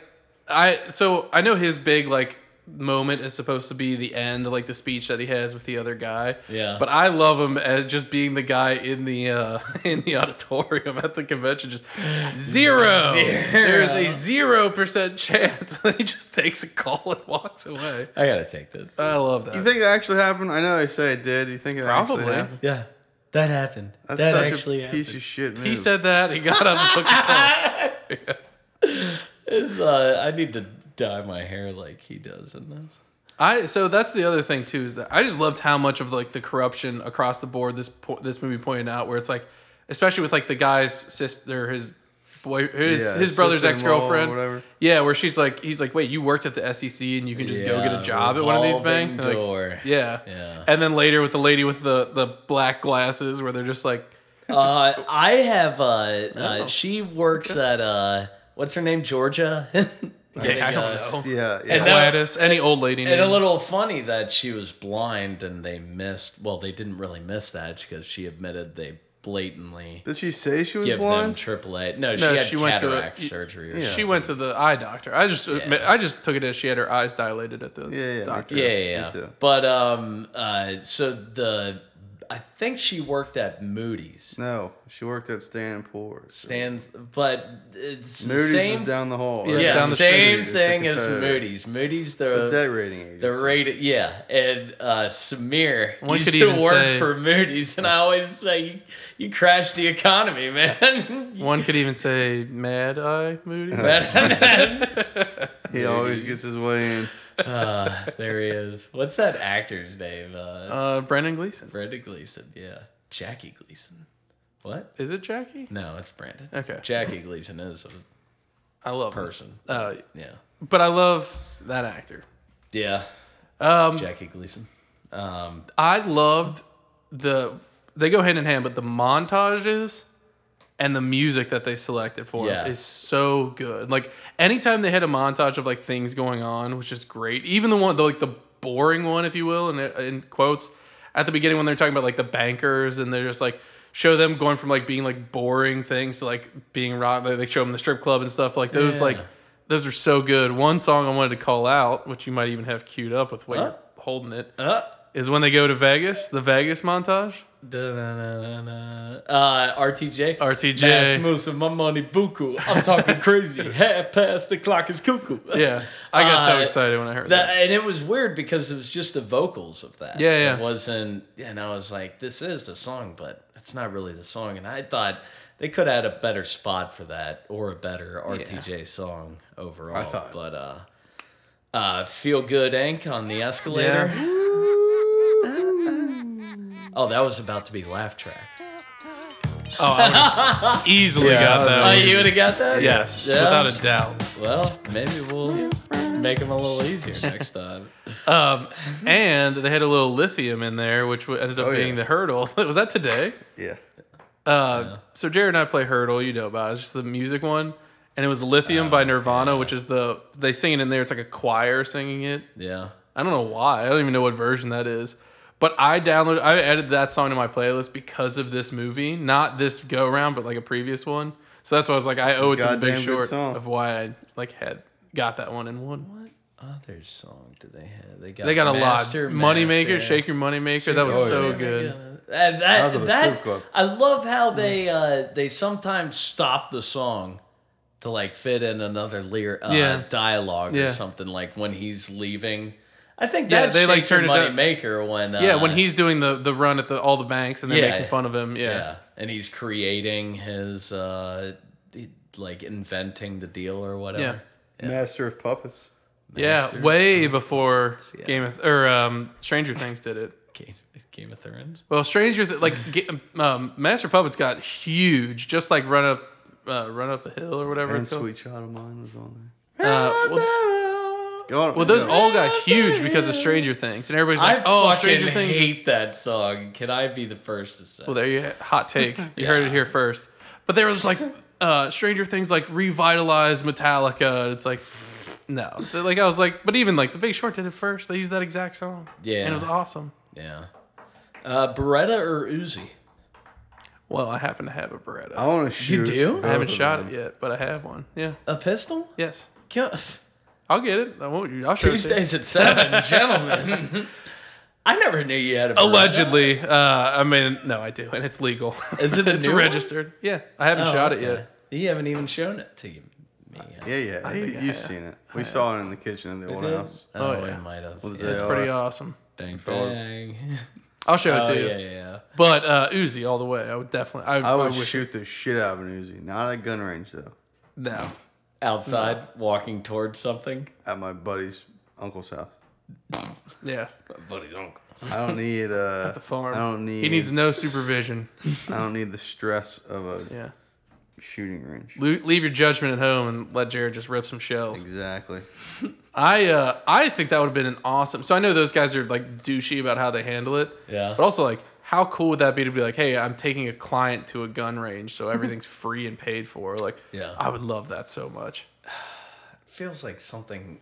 Speaker 1: I so I know his big like moment is supposed to be the end, like the speech that he has with the other guy.
Speaker 2: Yeah.
Speaker 1: But I love him as just being the guy in the uh <laughs> in the auditorium at the convention, just
Speaker 2: <laughs>
Speaker 1: zero. There's a zero percent chance <laughs> that he just takes a call and walks away.
Speaker 2: I gotta take this.
Speaker 1: I love
Speaker 3: You
Speaker 1: that.
Speaker 3: think it actually happened? I know I say it did. You think it
Speaker 1: Probably.
Speaker 3: actually happened?
Speaker 2: Yeah, that happened.
Speaker 3: That's
Speaker 2: that
Speaker 3: such
Speaker 2: actually
Speaker 3: a
Speaker 2: happened.
Speaker 3: piece of shit move.
Speaker 1: He said that, he got up and took a
Speaker 3: <laughs>
Speaker 1: call.
Speaker 2: It's, uh, I need to dye my hair like he does in this.
Speaker 1: I so that's the other thing too is that I just loved how much of like the corruption across the board this po- this movie pointed out where it's like especially with like the guy's sister his boy his
Speaker 3: Yeah,
Speaker 1: his brother's ex
Speaker 3: sister-in-law or
Speaker 1: girlfriend
Speaker 3: whatever.
Speaker 1: yeah where she's like he's like wait you worked at the SEC and you can just go get a
Speaker 2: Yeah,
Speaker 1: job at one of these banks
Speaker 2: revolving
Speaker 1: And, like, <laughs>
Speaker 2: door.
Speaker 1: yeah
Speaker 2: Yeah.
Speaker 1: and then later with the lady with the the black glasses where they're just like
Speaker 2: Uh, I have. Uh,
Speaker 1: Oh.
Speaker 2: uh, she works at uh, what's her name, Georgia. <laughs>
Speaker 1: yeah I don't know
Speaker 3: Yeah, yeah.
Speaker 2: And that-
Speaker 1: Gladys any old lady
Speaker 2: and a
Speaker 1: name.
Speaker 2: little funny that she was blind and they missed. Well, they didn't really miss that because she admitted they blatantly
Speaker 3: did she say she was
Speaker 2: give them
Speaker 3: blind?
Speaker 2: triple A. No, she
Speaker 1: No,
Speaker 2: had
Speaker 1: she went
Speaker 2: cataract
Speaker 1: to a-
Speaker 2: surgery. Or
Speaker 1: She
Speaker 2: something.
Speaker 1: went to the eye doctor. I just
Speaker 2: Yeah.
Speaker 1: I just took it as she had her eyes dilated at the
Speaker 3: Yeah, yeah, me
Speaker 1: doctor.
Speaker 3: too.
Speaker 2: Yeah, yeah.
Speaker 3: Me
Speaker 2: yeah.
Speaker 3: too.
Speaker 2: But um, uh, so the I think she worked at Moody's.
Speaker 3: No, she worked at Stan and Poor's.
Speaker 2: Stands, but it's the
Speaker 3: Moody's
Speaker 2: same.
Speaker 3: was down the hall.
Speaker 1: Yeah,
Speaker 3: right?
Speaker 2: yeah,
Speaker 1: down the
Speaker 2: same
Speaker 3: street. It's a
Speaker 2: thing as
Speaker 3: competitor.
Speaker 2: Moody's. Moody's
Speaker 3: The debt
Speaker 2: the
Speaker 3: rating agency.
Speaker 2: the rated yeah, and uh, Samir
Speaker 1: One
Speaker 2: used
Speaker 1: could
Speaker 2: to
Speaker 1: even
Speaker 2: work
Speaker 1: say-
Speaker 2: for Moody's, and I always say you, you crashed the economy, man. <laughs>
Speaker 1: One could even say Mad Eye Moody.
Speaker 3: Uh-huh. He always gets his way in.
Speaker 2: <laughs> uh, there he is. What's that actor's name? Uh,
Speaker 1: Uh, Brendan Gleeson.
Speaker 2: Brenda Gleason. Yeah, Jackie Gleason. What?
Speaker 1: Is it Jackie?
Speaker 2: No, it's Brandon.
Speaker 1: Okay.
Speaker 2: Jackie Gleason is a
Speaker 1: I love her.
Speaker 2: person.
Speaker 1: Uh,
Speaker 2: Yeah.
Speaker 1: but I love that actor.
Speaker 2: Yeah. Um, Jackie Gleason. Um,
Speaker 1: I loved the they go hand in hand, but the montages and the music that they selected for
Speaker 2: Yeah.
Speaker 1: it is so good. Like anytime they had a montage of like things going on, which is great. Even the one the like the boring one, if you will, and in quotes at the beginning when they're talking about like the bankers and they're just like show them going from like being like boring things to like being rock. They they show them the strip club and stuff like those.
Speaker 2: Yeah.
Speaker 1: Like those are so good. One song I wanted to call out, which you might even have queued up with what
Speaker 2: Huh?
Speaker 1: you're holding it
Speaker 2: uh,
Speaker 1: is when they go to Vegas, the Vegas montage.
Speaker 2: da-da-da-da-da. uh, RTJ.
Speaker 1: RTJ.
Speaker 2: Mass moves of my money buku. I'm talking <laughs> crazy. Half past the clock is cuckoo.
Speaker 1: Yeah, I got so
Speaker 2: Uh,
Speaker 1: excited when I heard
Speaker 2: That,
Speaker 1: that.
Speaker 2: and it was weird because it was just the vocals of that.
Speaker 1: Yeah, yeah.
Speaker 2: It wasn't, and I was like, this is the song, but it's not really the song. And I thought they could add a better spot for that or a better RTJ song overall.
Speaker 3: I thought-
Speaker 2: But uh, uh, Feel Good Inc. on the escalator. <laughs> Oh, that was about to be laugh track.
Speaker 1: Oh, I
Speaker 2: <laughs>
Speaker 1: would've easily
Speaker 3: Yeah,
Speaker 1: got
Speaker 3: that
Speaker 1: that.
Speaker 2: Oh,
Speaker 1: one.
Speaker 2: you would have got that?
Speaker 3: Yes.
Speaker 2: Yeah.
Speaker 1: Without a doubt.
Speaker 2: Well, maybe we'll make them a little easier next time.
Speaker 1: Um, and they had a little lithium in there, which w- ended up
Speaker 3: Oh, yeah.
Speaker 1: being the hurdle. <laughs> Was that today?
Speaker 3: Yeah.
Speaker 1: Uh, So Jared and I play Hurdle. You know about it. It's just the music one, and it was Lithium by Nirvana, which is the they sing it in there. It's like a choir singing it.
Speaker 2: Yeah.
Speaker 1: I don't know why. I don't even know what version that is. But I downloaded, I added that song to my playlist because of this movie, not this go round, but like a previous one. So that's why I was like, I owe it to the
Speaker 3: Goddamn
Speaker 1: Big
Speaker 3: good
Speaker 1: Short
Speaker 3: song.
Speaker 1: of why I like had got that one and won. What?
Speaker 2: Other song did they have? They got
Speaker 1: They got a
Speaker 2: Master,
Speaker 1: lot. Moneymaker,
Speaker 2: Master.
Speaker 1: Shake Your Moneymaker. That was
Speaker 3: Oh,
Speaker 1: so
Speaker 3: yeah.
Speaker 1: good.
Speaker 2: And that,
Speaker 3: That was at the
Speaker 2: that's,
Speaker 3: strip club.
Speaker 2: I love how they uh, they sometimes stop the song to like fit in another lyric uh,
Speaker 1: Yeah.
Speaker 2: dialogue or
Speaker 1: Yeah.
Speaker 2: something like when he's leaving. I think
Speaker 1: Yeah,
Speaker 2: that's
Speaker 1: they, like,
Speaker 2: Shake Your
Speaker 1: turn it up-
Speaker 2: moneymaker when uh,
Speaker 1: Yeah, when he's doing the, the run at the all the banks and they're
Speaker 2: Yeah,
Speaker 1: making
Speaker 2: yeah.
Speaker 1: fun of him. Yeah.
Speaker 2: yeah and he's creating his uh, like inventing the deal or whatever.
Speaker 1: Yeah.
Speaker 3: Master of Puppets.
Speaker 1: Yeah,
Speaker 2: Master.
Speaker 1: way before
Speaker 2: yeah.
Speaker 1: Game of or um, Stranger Things did it.
Speaker 2: Game, Game of Thrones.
Speaker 1: Well, Stranger Th- like Ga- um, Master Puppets got huge, just like Run Up, uh, Run Up the Hill or whatever
Speaker 3: And
Speaker 1: it's called.
Speaker 3: Sweet Child of Mine was on
Speaker 1: Uh, well,
Speaker 3: there. Go on.
Speaker 1: well, those
Speaker 3: Yeah.
Speaker 1: all got huge because of Stranger Things, and everybody's like,
Speaker 2: I
Speaker 1: "Oh,
Speaker 2: fucking
Speaker 1: Stranger Things." is-
Speaker 2: hate that song. Can I be the first to say?
Speaker 1: well, there you hot
Speaker 2: <laughs>
Speaker 1: take. You heard it
Speaker 2: Yeah.
Speaker 1: here first. But there was like uh, Stranger Things like revitalized Metallica. and It's like no, They're like I was like, but even like The Big Short did it first. They used that exact song.
Speaker 2: Yeah.
Speaker 1: and it was awesome.
Speaker 2: yeah. Uh, Beretta or Uzi?
Speaker 1: Well, I happen to have a Beretta.
Speaker 3: I want to shoot.
Speaker 2: do?
Speaker 3: both
Speaker 1: I haven't
Speaker 3: of
Speaker 1: shot
Speaker 3: them.
Speaker 1: it yet, but I have one. Yeah.
Speaker 2: A pistol?
Speaker 1: Yes.
Speaker 2: Can-
Speaker 1: <laughs> I'll get it. I won't. I'll show it to you.
Speaker 2: Tuesdays at seven, gentlemen. I never knew you had a Beretta.
Speaker 1: <laughs> Allegedly, uh, I mean, no, I do, and it's legal.
Speaker 2: Is
Speaker 1: <laughs>
Speaker 2: it a
Speaker 1: it's
Speaker 2: new one?
Speaker 1: registered? Yeah, I haven't
Speaker 2: Oh, Uh,
Speaker 1: shot
Speaker 2: okay.
Speaker 1: it yet.
Speaker 2: You haven't even shown it to you. Me.
Speaker 3: Yeah, yeah. Hey,
Speaker 1: think I
Speaker 3: you've
Speaker 1: have.
Speaker 3: seen it. We saw it in the kitchen in the old house.
Speaker 2: Oh,
Speaker 1: yeah.
Speaker 2: I might have.
Speaker 3: Well,
Speaker 2: yeah.
Speaker 3: they
Speaker 1: It's
Speaker 3: are.
Speaker 1: pretty awesome.
Speaker 2: Bang
Speaker 3: fellas.
Speaker 2: bang.
Speaker 1: <laughs> I'll show
Speaker 2: Oh
Speaker 1: it to you.
Speaker 2: yeah, yeah, yeah.
Speaker 1: But uh, Uzi all the way. I would definitely. I,
Speaker 3: I
Speaker 1: I
Speaker 3: would
Speaker 1: wish
Speaker 3: shoot the shit out of an Uzi. Not at a gun range though.
Speaker 1: no.
Speaker 2: Outside,
Speaker 1: Mm.
Speaker 2: walking towards something.
Speaker 3: At my buddy's uncle's house.
Speaker 1: Yeah,
Speaker 2: Buddy, don't.
Speaker 1: <laughs>
Speaker 3: I don't need uh
Speaker 1: the farm.
Speaker 3: I don't need
Speaker 1: He needs no supervision.
Speaker 3: I don't need the stress of a
Speaker 1: Yeah.
Speaker 3: shooting range.
Speaker 1: Lo- leave your judgment at home and let Jared just rip some shells.
Speaker 3: Exactly.
Speaker 1: I uh, I think that would have been an awesome. So I know those guys are like douchey about how they handle it.
Speaker 2: Yeah.
Speaker 1: But also like, how cool would that be to be like, hey, I'm taking a client to a gun range, so everything's free and paid for. Like,
Speaker 2: Mm-hmm. Yeah.
Speaker 1: I would love that so much.
Speaker 2: Feels like something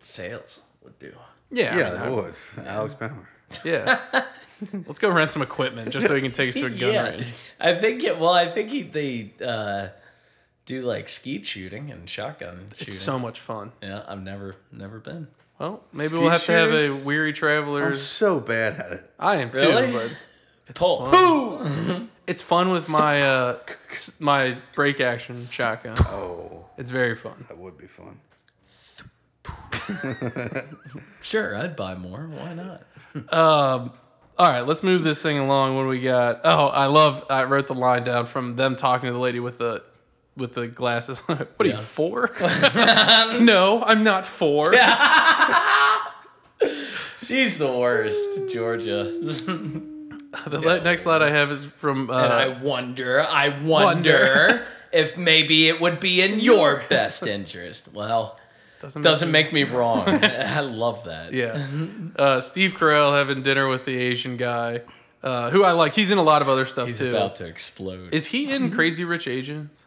Speaker 2: sales would do.
Speaker 1: Yeah, I
Speaker 3: Yeah,
Speaker 1: mean,
Speaker 3: that
Speaker 1: I-
Speaker 3: would. Alex Bauer.
Speaker 2: <laughs>
Speaker 1: Yeah. Let's go rent some equipment just so he can take us to a gun
Speaker 2: yeah,
Speaker 1: range.
Speaker 2: I think it. Well, I think he, they uh, do like skeet shooting and shotgun shooting.
Speaker 1: It's so much fun.
Speaker 2: yeah, I've never never been.
Speaker 1: Well, maybe
Speaker 3: Skeet
Speaker 1: we'll have to have a
Speaker 3: shooting?
Speaker 1: weary
Speaker 3: I'm
Speaker 1: travelers.
Speaker 3: so bad at it.
Speaker 1: I am too,
Speaker 2: Really?
Speaker 1: but
Speaker 2: It's whole.
Speaker 1: it's fun with my uh s- my break action shotgun.
Speaker 3: Oh,
Speaker 1: It's very fun.
Speaker 3: that would be fun.
Speaker 2: Sure, I'd buy more. Why not?
Speaker 1: Um, all right, let's move this thing along. What do we got? Oh, I love. I wrote the line down from them talking to the lady with the with the glasses. <laughs> what are you
Speaker 2: Yeah. <laughs>
Speaker 1: four? <laughs> no, I'm not four. Yeah.
Speaker 2: She's the worst, Georgia.
Speaker 1: <laughs> The le- next slide I have is from. Uh,
Speaker 2: And I wonder, I wonder <laughs> if maybe it would be
Speaker 1: <laughs>
Speaker 2: in your best interest. Well,
Speaker 1: doesn't
Speaker 2: doesn't make
Speaker 1: <laughs>
Speaker 2: me wrong. I love that.
Speaker 1: Yeah.
Speaker 2: <laughs>
Speaker 1: Uh, Steve Carell having dinner with the Asian guy, uh, who I like. He's in a lot of other stuff
Speaker 2: He's
Speaker 1: too.
Speaker 2: about to Mm-hmm. explode.
Speaker 1: Is he in Crazy Rich Asians?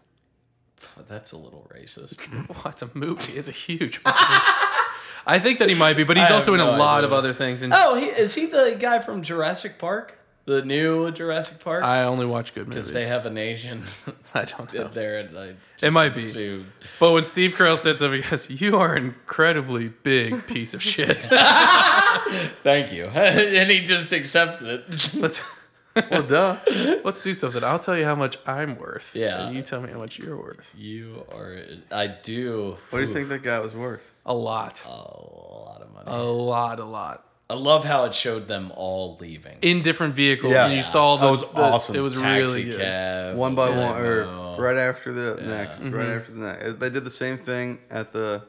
Speaker 1: <laughs>
Speaker 2: That's a little racist.
Speaker 1: Oh, it's a movie. It's a huge <laughs> movie.
Speaker 2: <laughs>
Speaker 1: I think that he might be, but he's
Speaker 2: I
Speaker 1: also in
Speaker 2: have
Speaker 1: a
Speaker 2: no
Speaker 1: lot
Speaker 2: idea.
Speaker 1: of other things. And
Speaker 2: Oh, he, is he the guy from Jurassic Park? The new Jurassic Park?
Speaker 1: I only watch good movies.
Speaker 2: Because they have an <laughs> Asian
Speaker 1: <laughs> I don't know.
Speaker 2: there, and I
Speaker 1: Oh. It might be.
Speaker 2: assumed.
Speaker 1: But when Steve Carell stands up, he goes, "You are an incredibly big
Speaker 2: <laughs>
Speaker 1: piece of shit."
Speaker 2: Thank you. <laughs> and he just accepts it. <laughs>
Speaker 1: let's
Speaker 3: Well, duh.
Speaker 1: let's do something. I'll tell you how much I'm worth.
Speaker 2: Yeah.
Speaker 1: And you tell me how much you're worth.
Speaker 2: You are. I do.
Speaker 3: What do you think that guy was worth?
Speaker 1: A lot.
Speaker 2: A lot of money.
Speaker 1: A lot. A lot.
Speaker 2: I love how it showed them all leaving.
Speaker 1: In different vehicles,
Speaker 3: Yeah.
Speaker 1: and you saw the.
Speaker 3: That was
Speaker 1: the-
Speaker 3: awesome.
Speaker 1: It was
Speaker 2: Taxi
Speaker 1: really good.
Speaker 2: cab.
Speaker 3: One by
Speaker 2: yeah,
Speaker 3: one,
Speaker 2: no.
Speaker 3: or right after the next, right
Speaker 1: Mm-hmm.
Speaker 3: after the next. They did the same thing at the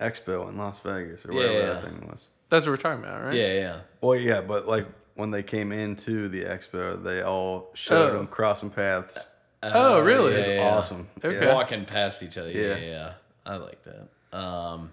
Speaker 3: Expo in Las Vegas or whatever
Speaker 2: Yeah.
Speaker 3: that thing was.
Speaker 1: That's what we're talking about, right?
Speaker 2: Yeah, yeah.
Speaker 3: Well, yeah, but like when they came into the Expo, they all showed
Speaker 1: Oh.
Speaker 3: them crossing paths.
Speaker 1: Oh, really?
Speaker 2: Uh, yeah,
Speaker 1: It's
Speaker 2: yeah.
Speaker 3: Awesome.
Speaker 1: Okay.
Speaker 3: Yeah.
Speaker 2: Walking past each other. Yeah,
Speaker 3: Yeah.
Speaker 2: yeah. yeah. I like that. Um,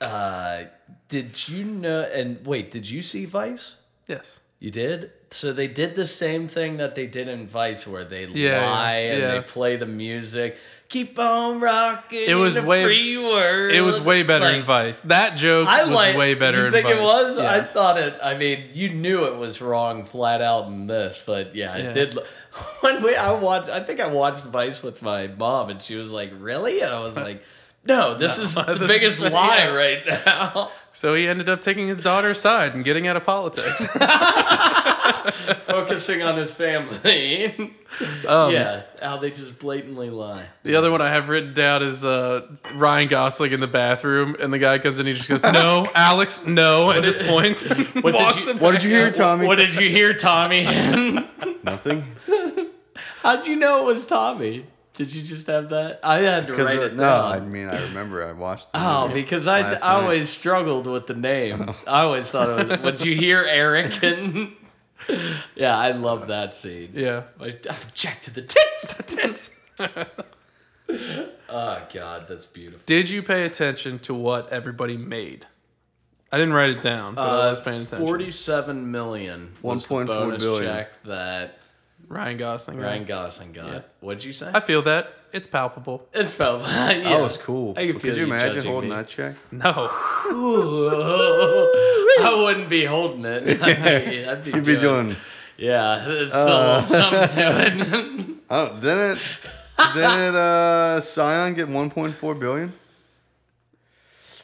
Speaker 2: uh, did you know? And wait, did you see Vice?
Speaker 1: Yes.
Speaker 2: You did? So they did the same thing that they did in Vice where they
Speaker 1: Yeah,
Speaker 2: lie and
Speaker 1: yeah.
Speaker 2: they play the music. Keep on rocking.
Speaker 1: It was
Speaker 2: in a
Speaker 1: way-
Speaker 2: free world.
Speaker 1: It was way better
Speaker 2: Like,
Speaker 1: in Vice. That joke
Speaker 2: I
Speaker 1: was
Speaker 2: like
Speaker 1: way better
Speaker 2: You
Speaker 1: in
Speaker 2: think
Speaker 1: Vice.
Speaker 2: it was? I
Speaker 1: Yeah.
Speaker 2: thought it I mean, you knew it was wrong flat out in this, but yeah, it
Speaker 1: Yeah.
Speaker 2: did look <laughs> when we I watched I think I watched Vice with my mom and she was like, Really? And
Speaker 1: <laughs>
Speaker 2: I was like, No, this is the
Speaker 1: this
Speaker 2: biggest
Speaker 1: is- <laughs>
Speaker 2: lie
Speaker 1: yeah.
Speaker 2: right now.
Speaker 1: So he ended up taking his daughter's side and getting out of politics.
Speaker 2: Focusing on his family. <laughs>
Speaker 1: Um,
Speaker 2: yeah, how they just blatantly lie.
Speaker 1: The other one I have written down is uh, Ryan Gosling in the bathroom, and the guy comes in and he just goes, "No, Alex, no," and just
Speaker 3: <laughs>
Speaker 1: points. and
Speaker 2: did
Speaker 1: walks
Speaker 2: you-
Speaker 1: him
Speaker 3: What did you
Speaker 1: back
Speaker 3: hear,
Speaker 1: out.
Speaker 2: <laughs>
Speaker 3: Tommy?
Speaker 2: What did you hear, Tommy?
Speaker 3: Nothing.
Speaker 2: <laughs> How'd you know it was Tommy? Did you just have that? I had to write
Speaker 3: Because
Speaker 2: it
Speaker 3: uh, no, I
Speaker 2: down.
Speaker 3: mean I remember I watched. The
Speaker 2: oh,
Speaker 3: movie
Speaker 2: because I,
Speaker 3: last
Speaker 2: I
Speaker 3: night.
Speaker 2: always struggled with the name. I always thought it was. Would you hear Eric? <laughs> And yeah, I love that scene.
Speaker 1: Yeah.
Speaker 2: I object to the tits. The tits. <laughs> oh God, that's beautiful.
Speaker 1: Did you pay attention to what everybody made? I didn't write it down, but
Speaker 3: Uh,
Speaker 1: I was paying attention.
Speaker 2: Uh, Forty-seven million. was the
Speaker 3: 1.4
Speaker 2: bonus
Speaker 3: billion.
Speaker 2: check that
Speaker 1: Ryan Gosling. right?
Speaker 2: Ryan Gosling got. What'd you say?
Speaker 1: I feel that it's palpable.
Speaker 2: It's <laughs> probably.
Speaker 3: That
Speaker 2: yeah.
Speaker 3: was cool.
Speaker 2: I can
Speaker 3: Could
Speaker 2: feel
Speaker 3: you
Speaker 2: you
Speaker 3: imagine
Speaker 2: judging
Speaker 3: holding
Speaker 2: me.
Speaker 3: that check?
Speaker 1: No,
Speaker 2: <laughs>
Speaker 3: <sighs>
Speaker 2: I wouldn't be holding it. <laughs> I'd be,
Speaker 3: You'd be doing. Uh.
Speaker 2: Yeah, <laughs> it's a little something
Speaker 3: <laughs>
Speaker 2: to it.
Speaker 3: Oh, didn't it? didn't uh, Scion get 1.4 billion?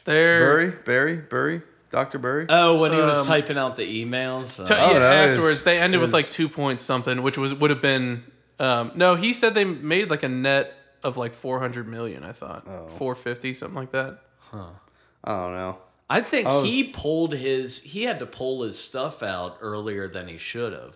Speaker 1: there.
Speaker 3: Burry, Barry, Burry, Doctor Burry.
Speaker 2: <laughs> oh, when he was
Speaker 1: Um,
Speaker 2: typing out the emails. uh,
Speaker 1: T-
Speaker 3: Oh,
Speaker 1: yeah,
Speaker 3: that
Speaker 1: afterwards
Speaker 3: is-
Speaker 1: they ended with
Speaker 3: is-
Speaker 1: like two points something, which was would have been. Um, no, he said they made like a net of like four hundred million. I thought
Speaker 3: Oh.
Speaker 1: four fifty something like that.
Speaker 3: I don't know.
Speaker 2: I think
Speaker 3: was-
Speaker 2: he pulled his. He had to pull his stuff out earlier than he should have.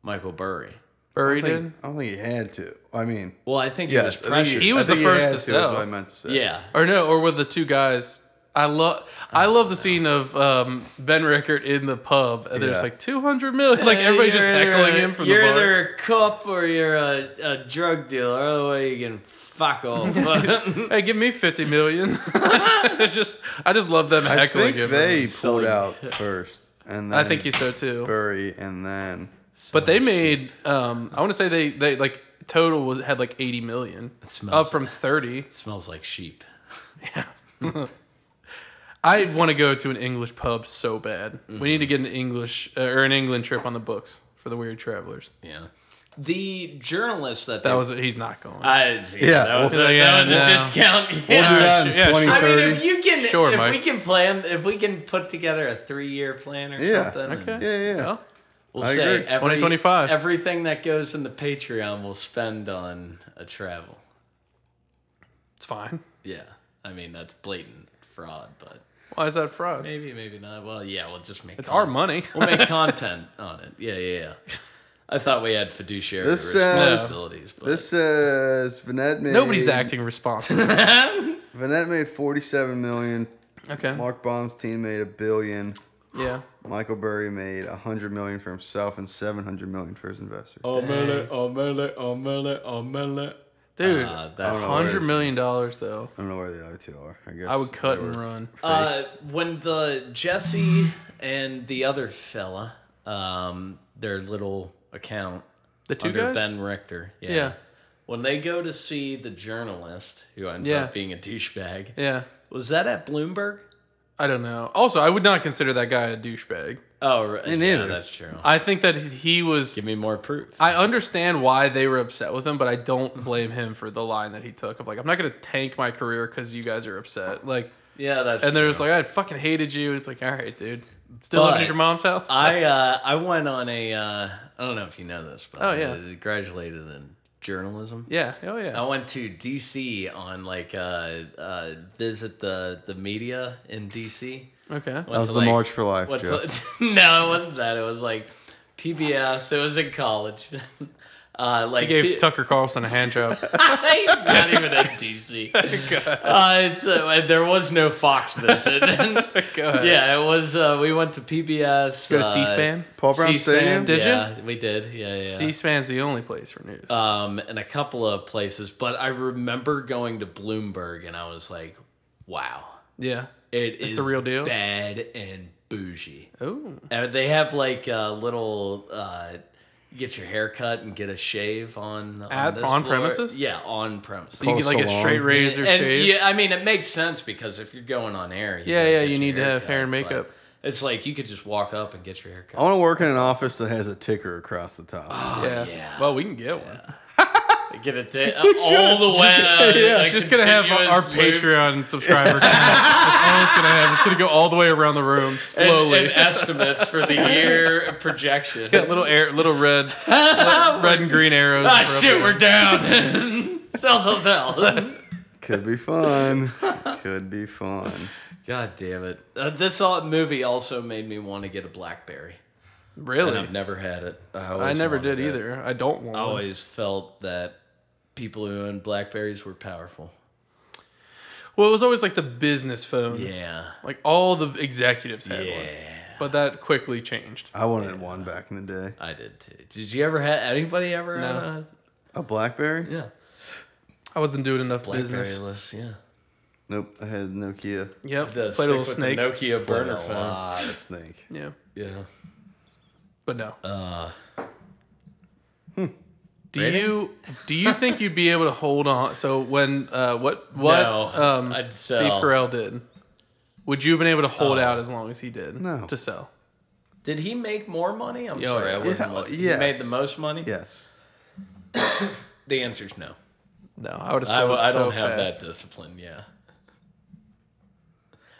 Speaker 2: Michael Burry.
Speaker 1: Buried
Speaker 3: I
Speaker 1: in.
Speaker 3: think, I don't think he had to. I mean,
Speaker 2: Well, I think he was
Speaker 3: yes, I think
Speaker 2: pressured.
Speaker 1: He was
Speaker 3: I think
Speaker 1: the first
Speaker 3: had
Speaker 1: to
Speaker 3: is
Speaker 1: sell.
Speaker 3: What I meant to say.
Speaker 2: yeah.
Speaker 1: or no, or with the two guys. I love, I love the scene of um, Ben Rickert in the pub, and there's
Speaker 3: Yeah.
Speaker 1: like 200 million, like everybody's just
Speaker 2: Uh, You're either
Speaker 1: heckling
Speaker 2: a-
Speaker 1: him from the
Speaker 2: You're
Speaker 1: bar.
Speaker 2: either a cop or you're a, a drug dealer. Otherwise, you can fuck off.
Speaker 1: Hey, give me 50 million. <laughs> It just, I just love them
Speaker 3: I
Speaker 1: heckling
Speaker 3: think
Speaker 1: him.
Speaker 3: they pulled
Speaker 2: selling-
Speaker 3: out first, and then
Speaker 1: I think you so too.
Speaker 3: Burry, and then
Speaker 1: But they made, um, I want to say they, they like total was had like 80 million,
Speaker 2: smells-
Speaker 1: up from
Speaker 2: <laughs>
Speaker 1: 30.
Speaker 2: It smells like sheep.
Speaker 1: I want to go to an English pub so bad.
Speaker 2: Mm-hmm.
Speaker 1: We need to get an English uh, or an England trip on the books for the weird travelers.
Speaker 2: Yeah. The journalist that,
Speaker 1: That
Speaker 2: they,
Speaker 1: was, he's not going.
Speaker 2: I, yeah,
Speaker 3: Yeah,
Speaker 2: that was,
Speaker 1: we'll-
Speaker 2: a,
Speaker 1: yeah,
Speaker 2: that was
Speaker 1: no.
Speaker 2: a discount.
Speaker 3: we'll
Speaker 2: Yeah.
Speaker 3: do that in
Speaker 1: yeah, sure.
Speaker 3: 2030.
Speaker 1: I
Speaker 2: I mean, if you can,
Speaker 1: Sure,
Speaker 2: if
Speaker 1: Mike.
Speaker 2: we can plan, if we can put together a three-year plan or
Speaker 3: Yeah.
Speaker 2: something, and
Speaker 1: okay.
Speaker 3: yeah, yeah.
Speaker 1: Well,
Speaker 2: we'll
Speaker 3: I
Speaker 2: say
Speaker 3: agree.
Speaker 2: every-
Speaker 1: 2025.
Speaker 2: everything that goes in the Patreon, we'll spend on a travel.
Speaker 1: it's fine.
Speaker 2: Yeah, I mean that's blatant fraud, but
Speaker 1: Why is that fraud?
Speaker 2: maybe, maybe not. Well, yeah, we'll just make
Speaker 1: It's our
Speaker 2: con-
Speaker 1: money.
Speaker 2: We'll make content on it. Yeah, yeah, yeah. I thought we had fiduciary
Speaker 3: This, uh,
Speaker 2: responsibilities, but
Speaker 3: This says Vanette
Speaker 1: <laughs>
Speaker 3: made
Speaker 1: Nobody's acting responsible.
Speaker 3: Vanette made 47 million.
Speaker 1: <laughs> Okay.
Speaker 3: Mark Baum's team made a billion.
Speaker 1: Yeah.
Speaker 3: Michael Burry made a hundred million for himself and seven hundred million for his investors.
Speaker 1: Oh.
Speaker 2: Omelette, omelette, omelette, omelette.
Speaker 1: Dude,
Speaker 3: Ah,
Speaker 2: Uh,
Speaker 1: that's
Speaker 2: that's-
Speaker 1: hundred million dollars though.
Speaker 3: I don't know where the other two are. I guess
Speaker 1: I would cut
Speaker 3: they
Speaker 1: and
Speaker 3: were
Speaker 1: run.
Speaker 3: fake.
Speaker 2: Uh, when the Jesse and the other fella, um, their little account
Speaker 1: The two
Speaker 2: under
Speaker 1: guys.
Speaker 2: Ben Richter, yeah.
Speaker 1: Yeah.
Speaker 2: When they go to see the journalist who ends
Speaker 1: Yeah.
Speaker 2: up being a douchebag,
Speaker 1: Yeah.
Speaker 2: was that at Bloomberg?
Speaker 1: I don't know. Also, I would not consider that guy a douchebag.
Speaker 2: Oh, right.
Speaker 3: Me
Speaker 2: yeah,
Speaker 3: neither.
Speaker 2: that's true.
Speaker 1: I think that he was.
Speaker 2: Give me more proof.
Speaker 1: I understand why they were upset with him, but I don't blame him for the line that he took of like, "I'm not gonna tank my career because you guys are upset." Like,
Speaker 2: yeah, that's.
Speaker 1: and
Speaker 2: true.
Speaker 1: they're just like, "I fucking hated you." And it's like, "All right, dude, still living
Speaker 2: But-
Speaker 1: at your mom's house."
Speaker 2: I uh, I went on a uh, I don't know if you know this, but
Speaker 1: Oh, yeah.
Speaker 2: I graduated in journalism.
Speaker 1: yeah. Oh yeah.
Speaker 2: I went to DC on like uh, uh, visit the the media in DC.
Speaker 1: Okay.
Speaker 2: Went
Speaker 3: was
Speaker 2: to,
Speaker 3: the March for Life,
Speaker 2: went
Speaker 3: Joe.
Speaker 2: to- <laughs> no, it wasn't that. It was like PBS. It was in college. <laughs> uh, like
Speaker 1: He gave
Speaker 2: P-
Speaker 1: Tucker Carlson a hand <laughs> job.
Speaker 2: He's <laughs> not even in
Speaker 1: <laughs>
Speaker 2: DC. Uh, it's, uh, there was no
Speaker 1: <laughs>
Speaker 2: Fox visit. <laughs>
Speaker 1: Go ahead.
Speaker 2: yeah, it was. Uh, we went to PBS.
Speaker 1: Go to
Speaker 2: uh,
Speaker 1: C-SPAN.
Speaker 3: Paul Brown
Speaker 2: C-SPAN,
Speaker 3: Stadium.
Speaker 1: Did you?
Speaker 2: yeah, We did. Yeah, yeah.
Speaker 1: C-SPAN's the only place for news.
Speaker 2: um, and a couple of places. But I remember going to Bloomberg, and I was like, "Wow,
Speaker 1: yeah.
Speaker 2: it's
Speaker 1: the real deal?
Speaker 2: Bad and bougie.
Speaker 1: Oh.
Speaker 2: And they have like a little uh, get your hair cut and get a shave on on,
Speaker 1: At-
Speaker 2: this
Speaker 1: on
Speaker 2: floor.
Speaker 1: premises?
Speaker 2: Yeah, on premises.
Speaker 1: You get like a
Speaker 3: salon.
Speaker 1: straight razor
Speaker 2: And-
Speaker 1: shave.
Speaker 2: Yeah, I mean, it makes sense because if you're going on air, you
Speaker 1: Yeah,
Speaker 2: gotta
Speaker 1: yeah,
Speaker 2: get
Speaker 1: you
Speaker 2: your
Speaker 1: need to have hair and
Speaker 2: cut, but
Speaker 1: makeup. Oh,
Speaker 2: It's like you could just walk up and get your hair
Speaker 3: I
Speaker 2: cut.
Speaker 3: want to work in an office that has a ticker across the
Speaker 1: <sighs>
Speaker 3: top.
Speaker 1: yeah.
Speaker 2: Oh, yeah.
Speaker 1: Well, we can get one. <laughs>
Speaker 2: Get it there, all the way. uh,
Speaker 1: Yeah,
Speaker 2: a
Speaker 1: it's just gonna have our
Speaker 2: continuous
Speaker 1: <laughs>
Speaker 2: loop.
Speaker 1: Patreon subscriber. count. That's all it's gonna have. It's gonna go all the way around the room
Speaker 2: And-
Speaker 1: slowly.
Speaker 2: and estimates for the year projection.
Speaker 1: <laughs> little air, little
Speaker 2: <laughs>
Speaker 1: red, li- red and green arrows.
Speaker 2: ah,
Speaker 1: for up
Speaker 2: shit,
Speaker 1: there.
Speaker 2: we're down. sell, sell, sell.
Speaker 3: Could
Speaker 1: <laughs>
Speaker 3: be fun. Could be fun.
Speaker 2: <laughs> God damn it! Uh, this all, movie also made me want to get a BlackBerry, and
Speaker 1: <laughs> really.
Speaker 2: I've never had it. I,
Speaker 1: I
Speaker 2: always
Speaker 1: never
Speaker 2: wanted
Speaker 1: did
Speaker 2: Oh, it.
Speaker 1: either. I don't want.
Speaker 2: I
Speaker 1: one.
Speaker 2: always felt that people who owned Blackberries were powerful.
Speaker 1: Well, it was always like the business phone.
Speaker 2: Yeah.
Speaker 1: Like all the executives had one,
Speaker 2: Yeah.
Speaker 1: but that quickly changed.
Speaker 3: I wanted one back in the day.
Speaker 2: I did too. Did you ever have anybody ever? uh,
Speaker 1: No.
Speaker 2: own
Speaker 3: A BlackBerry?
Speaker 2: a- yeah.
Speaker 1: I wasn't doing enough business.
Speaker 2: Blackberry-less, yeah.
Speaker 3: Nope. I
Speaker 2: <laughs>
Speaker 3: had Nokia.
Speaker 1: Yep.
Speaker 2: The
Speaker 1: Played a little snake.
Speaker 2: Nokia burner
Speaker 3: a
Speaker 2: phone.
Speaker 3: lot of snake.
Speaker 1: Yeah.
Speaker 2: Yeah.
Speaker 1: But no. Hmm.
Speaker 2: Uh,
Speaker 1: Do
Speaker 2: Rating?
Speaker 1: you do
Speaker 2: <laughs>
Speaker 1: you think you'd be able to hold on? So when uh, what what
Speaker 2: No,
Speaker 1: um,
Speaker 2: I'd
Speaker 1: Steve
Speaker 2: sell. Oh.
Speaker 1: Carell did, would you have been able to hold out as long as he did?
Speaker 3: No.
Speaker 1: to sell.
Speaker 2: did he make more money? I'm
Speaker 1: Yeah,
Speaker 2: sorry,
Speaker 1: yeah.
Speaker 2: I wasn't
Speaker 3: Yeah,
Speaker 2: listening.
Speaker 3: yes.
Speaker 2: He made the most money?
Speaker 3: Yes.
Speaker 2: The answer's no.
Speaker 1: No, I would have
Speaker 2: I,
Speaker 1: sold.
Speaker 2: I
Speaker 1: so
Speaker 2: don't have
Speaker 1: fast.
Speaker 2: that discipline, yeah.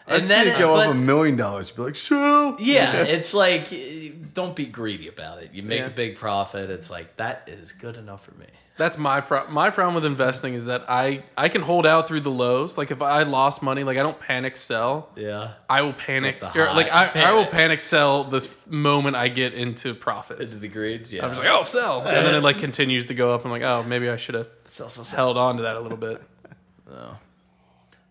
Speaker 3: I'd
Speaker 2: And
Speaker 3: see
Speaker 2: then-
Speaker 3: it go up
Speaker 2: but-
Speaker 3: a million dollars. Be like, so.
Speaker 2: Yeah, it's like eh, don't be greedy about it. You make
Speaker 1: Yeah.
Speaker 2: a big profit, it's like that is good enough for me.
Speaker 1: That's my pro- my problem with investing is that I I can hold out through the lows. Like if I lost money, like I don't panic sell.
Speaker 2: Yeah.
Speaker 1: I will panic.
Speaker 2: Like the
Speaker 1: or, like I,
Speaker 2: high-
Speaker 1: I will panic sell this moment I get into profits.
Speaker 2: Is it the grades? Yeah.
Speaker 1: I was like, oh, sell, and then it like continues to go up. I'm like, oh, maybe I should have
Speaker 2: sell, sell, sell.
Speaker 1: held on to that a little bit.
Speaker 2: No.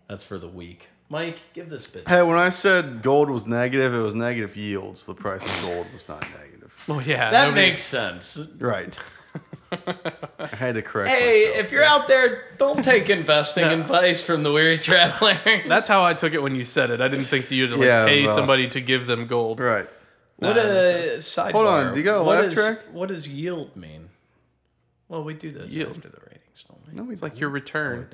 Speaker 2: That's for the weak. Mike, give this bit.
Speaker 3: Hey, when I said gold was negative, it was negative yields. The price of gold was not negative.
Speaker 1: Well, yeah,
Speaker 2: That
Speaker 1: nobody-
Speaker 2: makes sense.
Speaker 3: Right.
Speaker 2: <laughs>
Speaker 3: I had to correct.
Speaker 2: Hey,
Speaker 3: myself.
Speaker 2: if you're out there, don't
Speaker 1: <laughs>
Speaker 2: take investing advice from the weary traveler.
Speaker 1: That's how I took it when you said it. I didn't think that you'd like
Speaker 3: Yeah,
Speaker 1: pay
Speaker 3: well.
Speaker 1: somebody to give them gold.
Speaker 3: Right.
Speaker 2: what
Speaker 1: Nah,
Speaker 2: a sidebar.
Speaker 3: Hold on, do you got a
Speaker 2: What
Speaker 3: laugh
Speaker 2: is-
Speaker 3: track?
Speaker 2: What does yield mean? Well, we do this
Speaker 1: Yield.
Speaker 2: after the ratings, don't we?
Speaker 3: No, we
Speaker 1: It's like your return.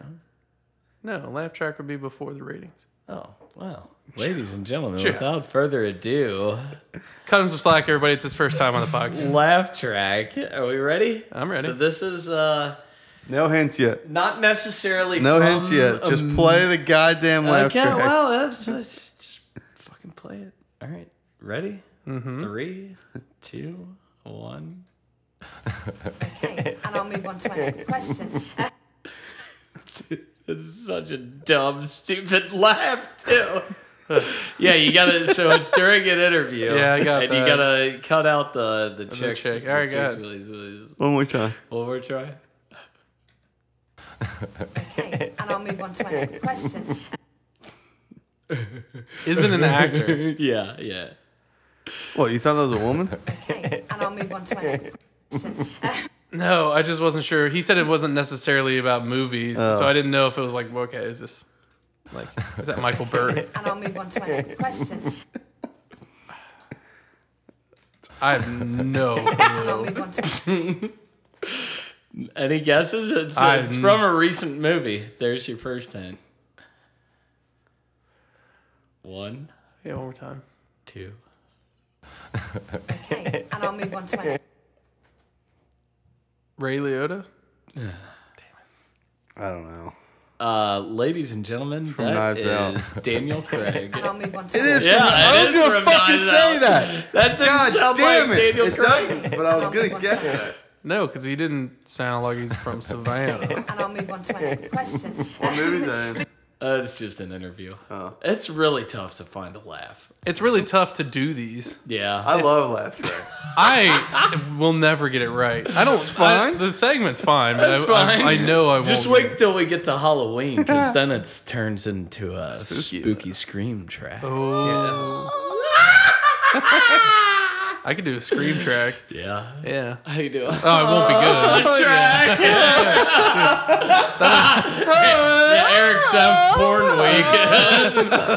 Speaker 1: No, laugh track would be before the ratings.
Speaker 2: Oh,
Speaker 1: <laughs>
Speaker 2: wow. Ladies and gentlemen, without further ado,
Speaker 1: Cut him some slack, everybody. It's his first time on the podcast.
Speaker 2: laugh track. Are we ready?
Speaker 1: I'm ready.
Speaker 2: So this is uh
Speaker 3: No hints yet.
Speaker 2: not necessarily
Speaker 3: No
Speaker 2: from
Speaker 3: hints yet.
Speaker 2: a
Speaker 3: Just play the goddamn laugh
Speaker 2: Um, okay,
Speaker 3: track.
Speaker 2: well, that's, that's just fucking play it. All right, ready?
Speaker 1: Mm-hmm.
Speaker 2: Three, two, one.
Speaker 4: Okay, and I'll move on to my next question.
Speaker 2: It's such a dumb, stupid <laughs> laugh too. <laughs> yeah, you gotta. So it's during an interview.
Speaker 1: Yeah, I got
Speaker 2: And
Speaker 1: that.
Speaker 2: you gotta cut out the the chicks.
Speaker 1: chick.
Speaker 2: the
Speaker 1: All right,
Speaker 2: chicks
Speaker 1: go ahead.
Speaker 2: really- really-
Speaker 3: One more time.
Speaker 2: One more try.
Speaker 4: Okay, and I'll move on to my next question.
Speaker 1: Isn't an actor.
Speaker 2: <laughs> Yeah, yeah.
Speaker 3: What, you thought that was
Speaker 2: <laughs>
Speaker 3: a woman?
Speaker 4: Okay, and I'll move on to my next question.
Speaker 1: No, I just wasn't sure. He said it wasn't necessarily about movies, so
Speaker 3: Oh.
Speaker 1: I didn't know if it was like, okay, is this like is that Michael Burry?
Speaker 4: and I'll move on to my next question.
Speaker 1: I have no
Speaker 2: <laughs>
Speaker 4: And
Speaker 1: clue.
Speaker 4: I'll move on to
Speaker 2: Any guesses? It's,
Speaker 1: I've
Speaker 2: it's
Speaker 1: n-
Speaker 2: from a recent movie. There's your first hint. One,
Speaker 1: Yeah, one more time.
Speaker 2: two.
Speaker 4: okay, and I'll move on to my
Speaker 1: Ray Liotta.
Speaker 3: I don't know.
Speaker 2: Uh, ladies and gentlemen,
Speaker 3: From
Speaker 2: that
Speaker 3: Knives Out.
Speaker 2: is Daniel
Speaker 3: <laughs>
Speaker 2: Craig.
Speaker 4: and I'll move on to my
Speaker 3: is
Speaker 2: Yeah,
Speaker 4: next
Speaker 3: I
Speaker 2: it
Speaker 3: was
Speaker 2: is
Speaker 3: gonna
Speaker 2: from
Speaker 3: fucking
Speaker 2: Knives
Speaker 3: say
Speaker 2: Out. <laughs>
Speaker 3: that.
Speaker 2: That didn't
Speaker 3: God
Speaker 2: sound
Speaker 3: damn
Speaker 2: like
Speaker 3: it!
Speaker 2: Daniel
Speaker 3: it
Speaker 2: Craig.
Speaker 3: doesn't, but I was gonna guess that.
Speaker 1: No, because he didn't sound like he's from Savannah.
Speaker 4: and I'll move on to my next question.
Speaker 3: What movies that in?
Speaker 2: Uh, it's just an interview.
Speaker 3: Oh.
Speaker 2: It's really tough to find a laugh.
Speaker 1: it's really tough to do these.
Speaker 2: Yeah.
Speaker 3: I love laugh
Speaker 2: <laughs>
Speaker 3: track.
Speaker 1: I will never get it right. I don't. It's
Speaker 3: fine.
Speaker 1: the segment's fine, but
Speaker 2: That's
Speaker 1: I, I-
Speaker 2: fine.
Speaker 1: I, know I won't.
Speaker 2: Just
Speaker 1: get
Speaker 2: wait till we get to Halloween,
Speaker 3: <laughs>
Speaker 2: because then it turns into a spooky, scream track.
Speaker 3: Oh.
Speaker 1: it. I could do a scream track.
Speaker 2: Yeah.
Speaker 1: Yeah.
Speaker 2: How you <laughs> doing?
Speaker 1: Oh, it won't be good.
Speaker 2: track. the <laughs> Eric Sam porn week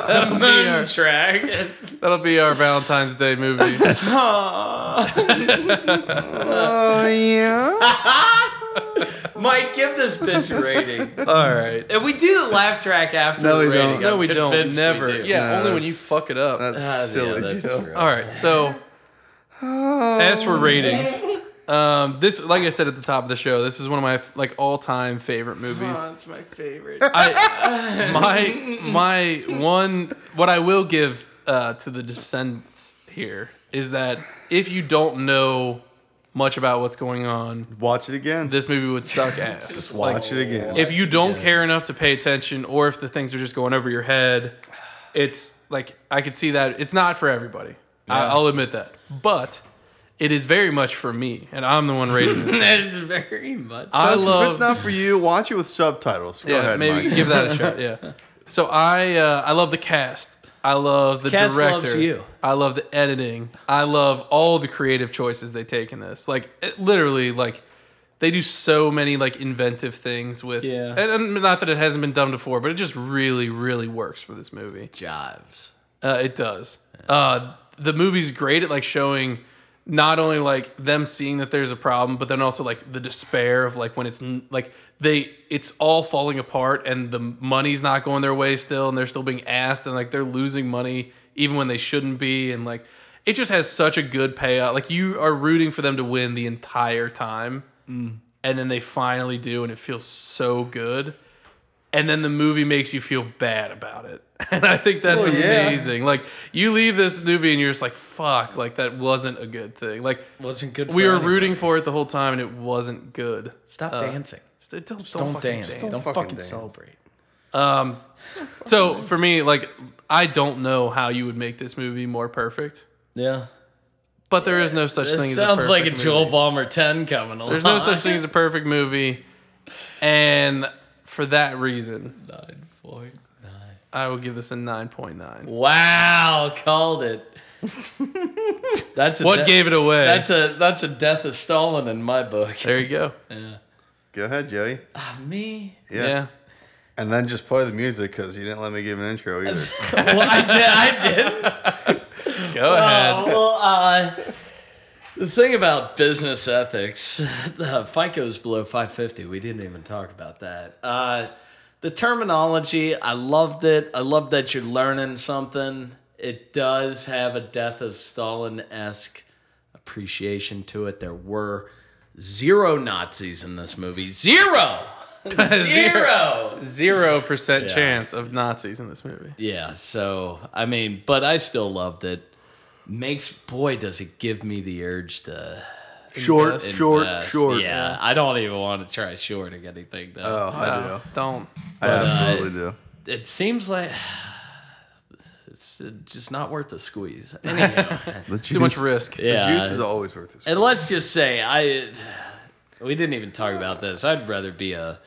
Speaker 1: <laughs> That'll be our,
Speaker 2: track.
Speaker 1: that'll be our Valentine's Day movie.
Speaker 3: Oh yeah.
Speaker 2: Mike, give this bitch a rating.
Speaker 1: All right.
Speaker 2: And we do the laugh track after
Speaker 3: No,
Speaker 2: the
Speaker 3: we
Speaker 2: rating.
Speaker 3: don't.
Speaker 1: No,
Speaker 2: I'm
Speaker 1: we don't.
Speaker 2: convinced we
Speaker 1: Never.
Speaker 2: do.
Speaker 1: Yeah,
Speaker 3: No,
Speaker 1: only when you
Speaker 3: that's-
Speaker 1: fuck it up.
Speaker 3: That's
Speaker 2: Ah, yeah,
Speaker 3: silly,
Speaker 2: that's
Speaker 3: Joe.
Speaker 2: true.
Speaker 1: All right. So,
Speaker 3: Oh.
Speaker 1: as for ratings, um, this, like I said at the top of the show, this is one of my like all-time favorite movies.
Speaker 2: that's my <laughs> favorite.
Speaker 1: I
Speaker 3: <laughs>
Speaker 1: my my one what I will give uh, to the descendants here is that if you don't know much about what's going on,
Speaker 3: Watch it again.
Speaker 1: this movie would
Speaker 2: <laughs>
Speaker 1: suck ass.
Speaker 3: Watch it again.
Speaker 1: if you don't care enough to pay attention, or if the things are just going over your head, it's like I could see that it's not for everybody. I, I'll admit that, but it is very much for me, and I'm the one rating this.
Speaker 2: <laughs>
Speaker 1: thing.
Speaker 2: That's very much.
Speaker 1: I
Speaker 3: Folks,
Speaker 1: love.
Speaker 3: If it's not for you, watch it with subtitles. Go
Speaker 1: yeah,
Speaker 3: ahead,
Speaker 1: maybe
Speaker 3: Mike.
Speaker 1: give that a
Speaker 3: <laughs>
Speaker 1: shot. Yeah. So I uh, I love the cast. I love the
Speaker 2: Cast
Speaker 1: director.
Speaker 2: loves you.
Speaker 1: I love the editing. I love all the creative choices they take in this. Like it, literally, like they do so many like inventive things with.
Speaker 2: Yeah.
Speaker 1: And, and not that it hasn't been done before, but it just really, really works for this movie.
Speaker 2: jives.
Speaker 1: Uh, it does. Uh, the movie's great at like showing not only like them seeing that there's a problem, but then also like the despair of like when it's n- like they it's all falling apart and the money's not going their way still, and they're still being asked and like they're losing money even when they shouldn't be, and like it just has such a good payout. Like you are rooting for them to win the entire time,
Speaker 3: Mm.
Speaker 1: and then they finally do, and it feels so good and then the movie makes you feel bad about it. <laughs> And I think that's
Speaker 3: Well, yeah.
Speaker 1: amazing. Like you leave this movie and you're just like, fuck, like that wasn't a good thing. Like
Speaker 2: Wasn't good.
Speaker 1: we
Speaker 2: for
Speaker 1: were
Speaker 2: anyone.
Speaker 1: rooting for it the whole time and it wasn't good.
Speaker 2: Stop
Speaker 1: Uh,
Speaker 2: dancing.
Speaker 1: Just Don't, don't,
Speaker 2: Don't,
Speaker 1: fucking
Speaker 2: dance.
Speaker 1: dance.
Speaker 2: Don't,
Speaker 3: Don't
Speaker 2: fucking,
Speaker 3: fucking dance.
Speaker 2: celebrate.
Speaker 1: So for me, like I don't know how you would make this movie more perfect.
Speaker 2: Yeah.
Speaker 1: But there is no such
Speaker 2: It
Speaker 1: thing as a
Speaker 2: sounds like a
Speaker 1: perfect
Speaker 2: Joel
Speaker 1: movie.
Speaker 2: Balmer 10 coming along.
Speaker 1: There's no such thing as a perfect movie. And for that reason,
Speaker 2: 9.9.
Speaker 1: I will give this a 9.9.
Speaker 2: Wow, called it. <laughs> That's a
Speaker 1: What
Speaker 2: de-
Speaker 1: gave it away?
Speaker 2: That's a that's a death of Stalin in my book.
Speaker 1: there you go.
Speaker 3: Go ahead, Joey.
Speaker 2: Ah, me?
Speaker 3: Yeah.
Speaker 1: yeah.
Speaker 3: And then just play the music because you didn't let me give an intro either.
Speaker 2: Well, I did. I did.
Speaker 1: Go ahead.
Speaker 2: <laughs> Oh, well, uh, the thing about business ethics, <laughs> uh, FICO's below 550. We didn't even talk about that. Uh, the terminology, I loved it. I love that you're learning something. It does have a death of Stalin esque appreciation to it. There were zero Nazis in this movie. Zero! Zero!
Speaker 1: zero percent
Speaker 2: Yeah.
Speaker 1: chance of Nazis in this movie.
Speaker 2: Yeah, so I mean, but I still loved it. Makes boy does it give me the urge to
Speaker 3: short,
Speaker 1: Invest,
Speaker 3: short,
Speaker 2: invest.
Speaker 3: short.
Speaker 2: Yeah, I don't even want to try shorting anything though.
Speaker 3: Oh, I
Speaker 1: No, don't.
Speaker 3: do. I absolutely do.
Speaker 2: It seems like <sighs> it's uh, just not worth the squeeze. Anyhow,
Speaker 3: <laughs> The
Speaker 1: Too much
Speaker 3: juice-
Speaker 1: risk.
Speaker 3: The juice is
Speaker 2: yeah,
Speaker 3: always worth it.
Speaker 2: and let's just say I we didn't even talk about this. I'd rather be a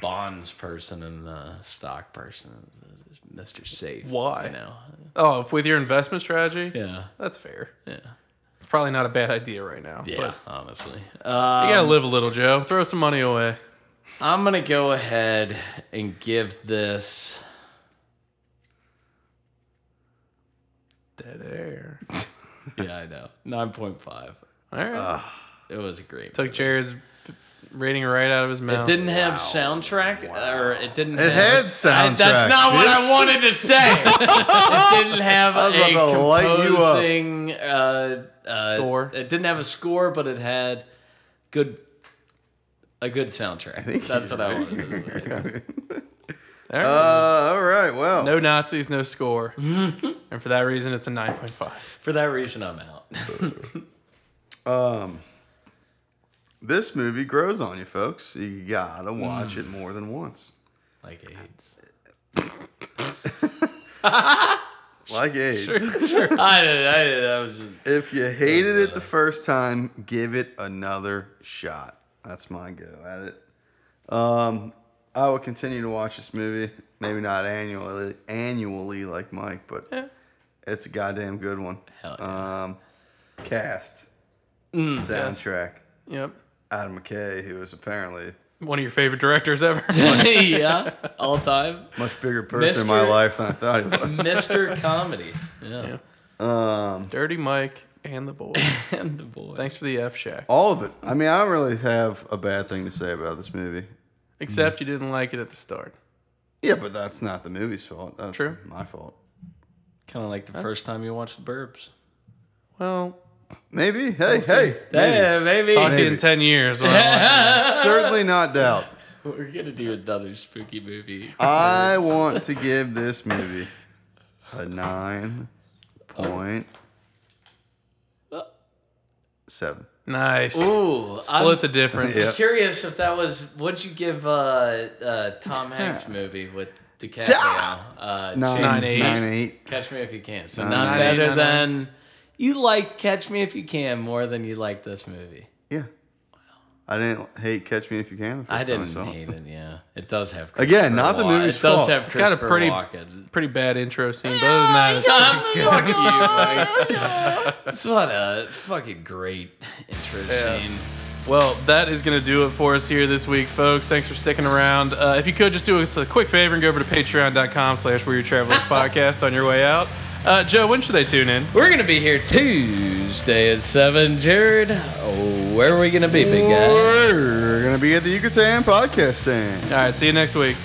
Speaker 2: bonds person and a stock person, Mister Safe.
Speaker 1: Why?
Speaker 2: You know,
Speaker 1: Oh, with your investment strategy,
Speaker 2: Yeah.
Speaker 1: that's fair.
Speaker 2: Yeah.
Speaker 1: It's probably not a bad idea right now.
Speaker 2: Yeah.
Speaker 1: but
Speaker 2: honestly. Uh,
Speaker 1: you gotta live a little, Joe. Throw some money away.
Speaker 2: I'm going to go ahead and give this.
Speaker 1: Dead air.
Speaker 2: Yeah, I know. 9.5.
Speaker 1: All right.
Speaker 2: Uh, It was a great.
Speaker 1: Took Jared's rating right out of his mouth.
Speaker 2: It didn't have soundtrack, or it didn't. have,
Speaker 3: It had soundtrack,
Speaker 2: that's not what I
Speaker 3: bitch.
Speaker 2: wanted to say.
Speaker 3: <laughs>
Speaker 2: it didn't have
Speaker 3: was about
Speaker 2: a
Speaker 3: to light you up.
Speaker 2: composing uh, uh,
Speaker 1: Score.
Speaker 2: It didn't have a score, but it had good a good soundtrack. That's what I wanted to say.
Speaker 1: All right.
Speaker 3: Uh, all right. Well,
Speaker 1: no Nazis, no
Speaker 2: <laughs>
Speaker 1: score. and for that reason, it's a 9.5.
Speaker 2: For that reason, I'm out. <laughs>
Speaker 3: um, this movie grows on you, folks. You gotta
Speaker 1: Hmm.
Speaker 3: watch it more than once.
Speaker 2: like AIDS.
Speaker 3: Like AIDS.
Speaker 2: I, I, I was. Just, <laughs>
Speaker 3: If you hated it the first time, give it another shot. That's my go at it. Um, I will continue to watch this movie. Maybe not annually, annually like Mike, but it's a goddamn good one.
Speaker 2: Hell
Speaker 3: Um, cast, soundtrack,
Speaker 1: Yep.
Speaker 3: Adam McKay, who is apparently
Speaker 1: One of your favorite directors
Speaker 2: <laughs>
Speaker 1: ever. <laughs>
Speaker 3: <laughs>
Speaker 2: yeah, all time.
Speaker 3: a much bigger person in my
Speaker 2: Mr.
Speaker 3: life than I thought
Speaker 2: <laughs>
Speaker 3: he was. Um,
Speaker 2: Mr. Comedy. Yeah.
Speaker 1: Dirty Mike and the boy.
Speaker 2: And the boy.
Speaker 1: Thanks for the F Shack.
Speaker 3: All of it. I mean, I don't really have a bad thing to say about this movie.
Speaker 1: Except you didn't like it at the start.
Speaker 3: Yeah, but that's not the movie's fault. That's
Speaker 1: True.
Speaker 3: my fault.
Speaker 2: Kind of like the first time you watched The Burbs.
Speaker 1: Well,
Speaker 3: Maybe. Hey, hey. Maybe.
Speaker 2: Yeah, maybe.
Speaker 1: talk to you
Speaker 3: Maybe.
Speaker 1: in 10 years. when I'm
Speaker 2: <laughs>
Speaker 1: like,
Speaker 3: Certainly not doubt.
Speaker 2: We're gonna do another spooky movie.
Speaker 3: I want to give this movie a nine point seven.
Speaker 1: nice.
Speaker 2: Ooh,
Speaker 1: Split
Speaker 2: I'm
Speaker 1: the
Speaker 2: <laughs>
Speaker 1: difference.
Speaker 3: Yeah.
Speaker 2: curious if that was what'd you give uh, uh, Tom <laughs> Hanks movie with DiCaprio? Uh,
Speaker 1: Nine
Speaker 2: Chase-
Speaker 1: eight.
Speaker 3: Nine eight.
Speaker 2: Catch Me If You Can. So
Speaker 3: Nine
Speaker 2: not
Speaker 1: eight,
Speaker 2: better
Speaker 1: nine
Speaker 2: than you liked Catch Me If You Can more than you liked this movie.
Speaker 3: Yeah. I didn't hate Catch Me If You Can. the first
Speaker 2: I
Speaker 3: time
Speaker 2: didn't
Speaker 3: saw
Speaker 2: hate it. Yeah, it does have
Speaker 3: Again, not the
Speaker 2: Christopher Walken.
Speaker 3: movie's
Speaker 2: It does
Speaker 3: fault.
Speaker 2: have
Speaker 1: got a
Speaker 2: Christopher
Speaker 1: pretty-
Speaker 2: Walken.
Speaker 1: Pretty bad intro scene, but other than that, it's pretty good.
Speaker 2: Fuck you, Mike. It's not a fucking great intro scene.
Speaker 1: Well, that is going to do it for us here this week, folks. Thanks for sticking around. Uh, if you could, just do us a quick favor and go over to patreon.com slash We're Your Travelers Podcast on your way out. Uh, Joe, when should they tune in?
Speaker 2: We're gonna be here Tuesday at seven, Jared. Oh, where are we gonna be, big guy?
Speaker 3: We're gonna be at the Yucatan podcast stand.
Speaker 1: All right, see you next week.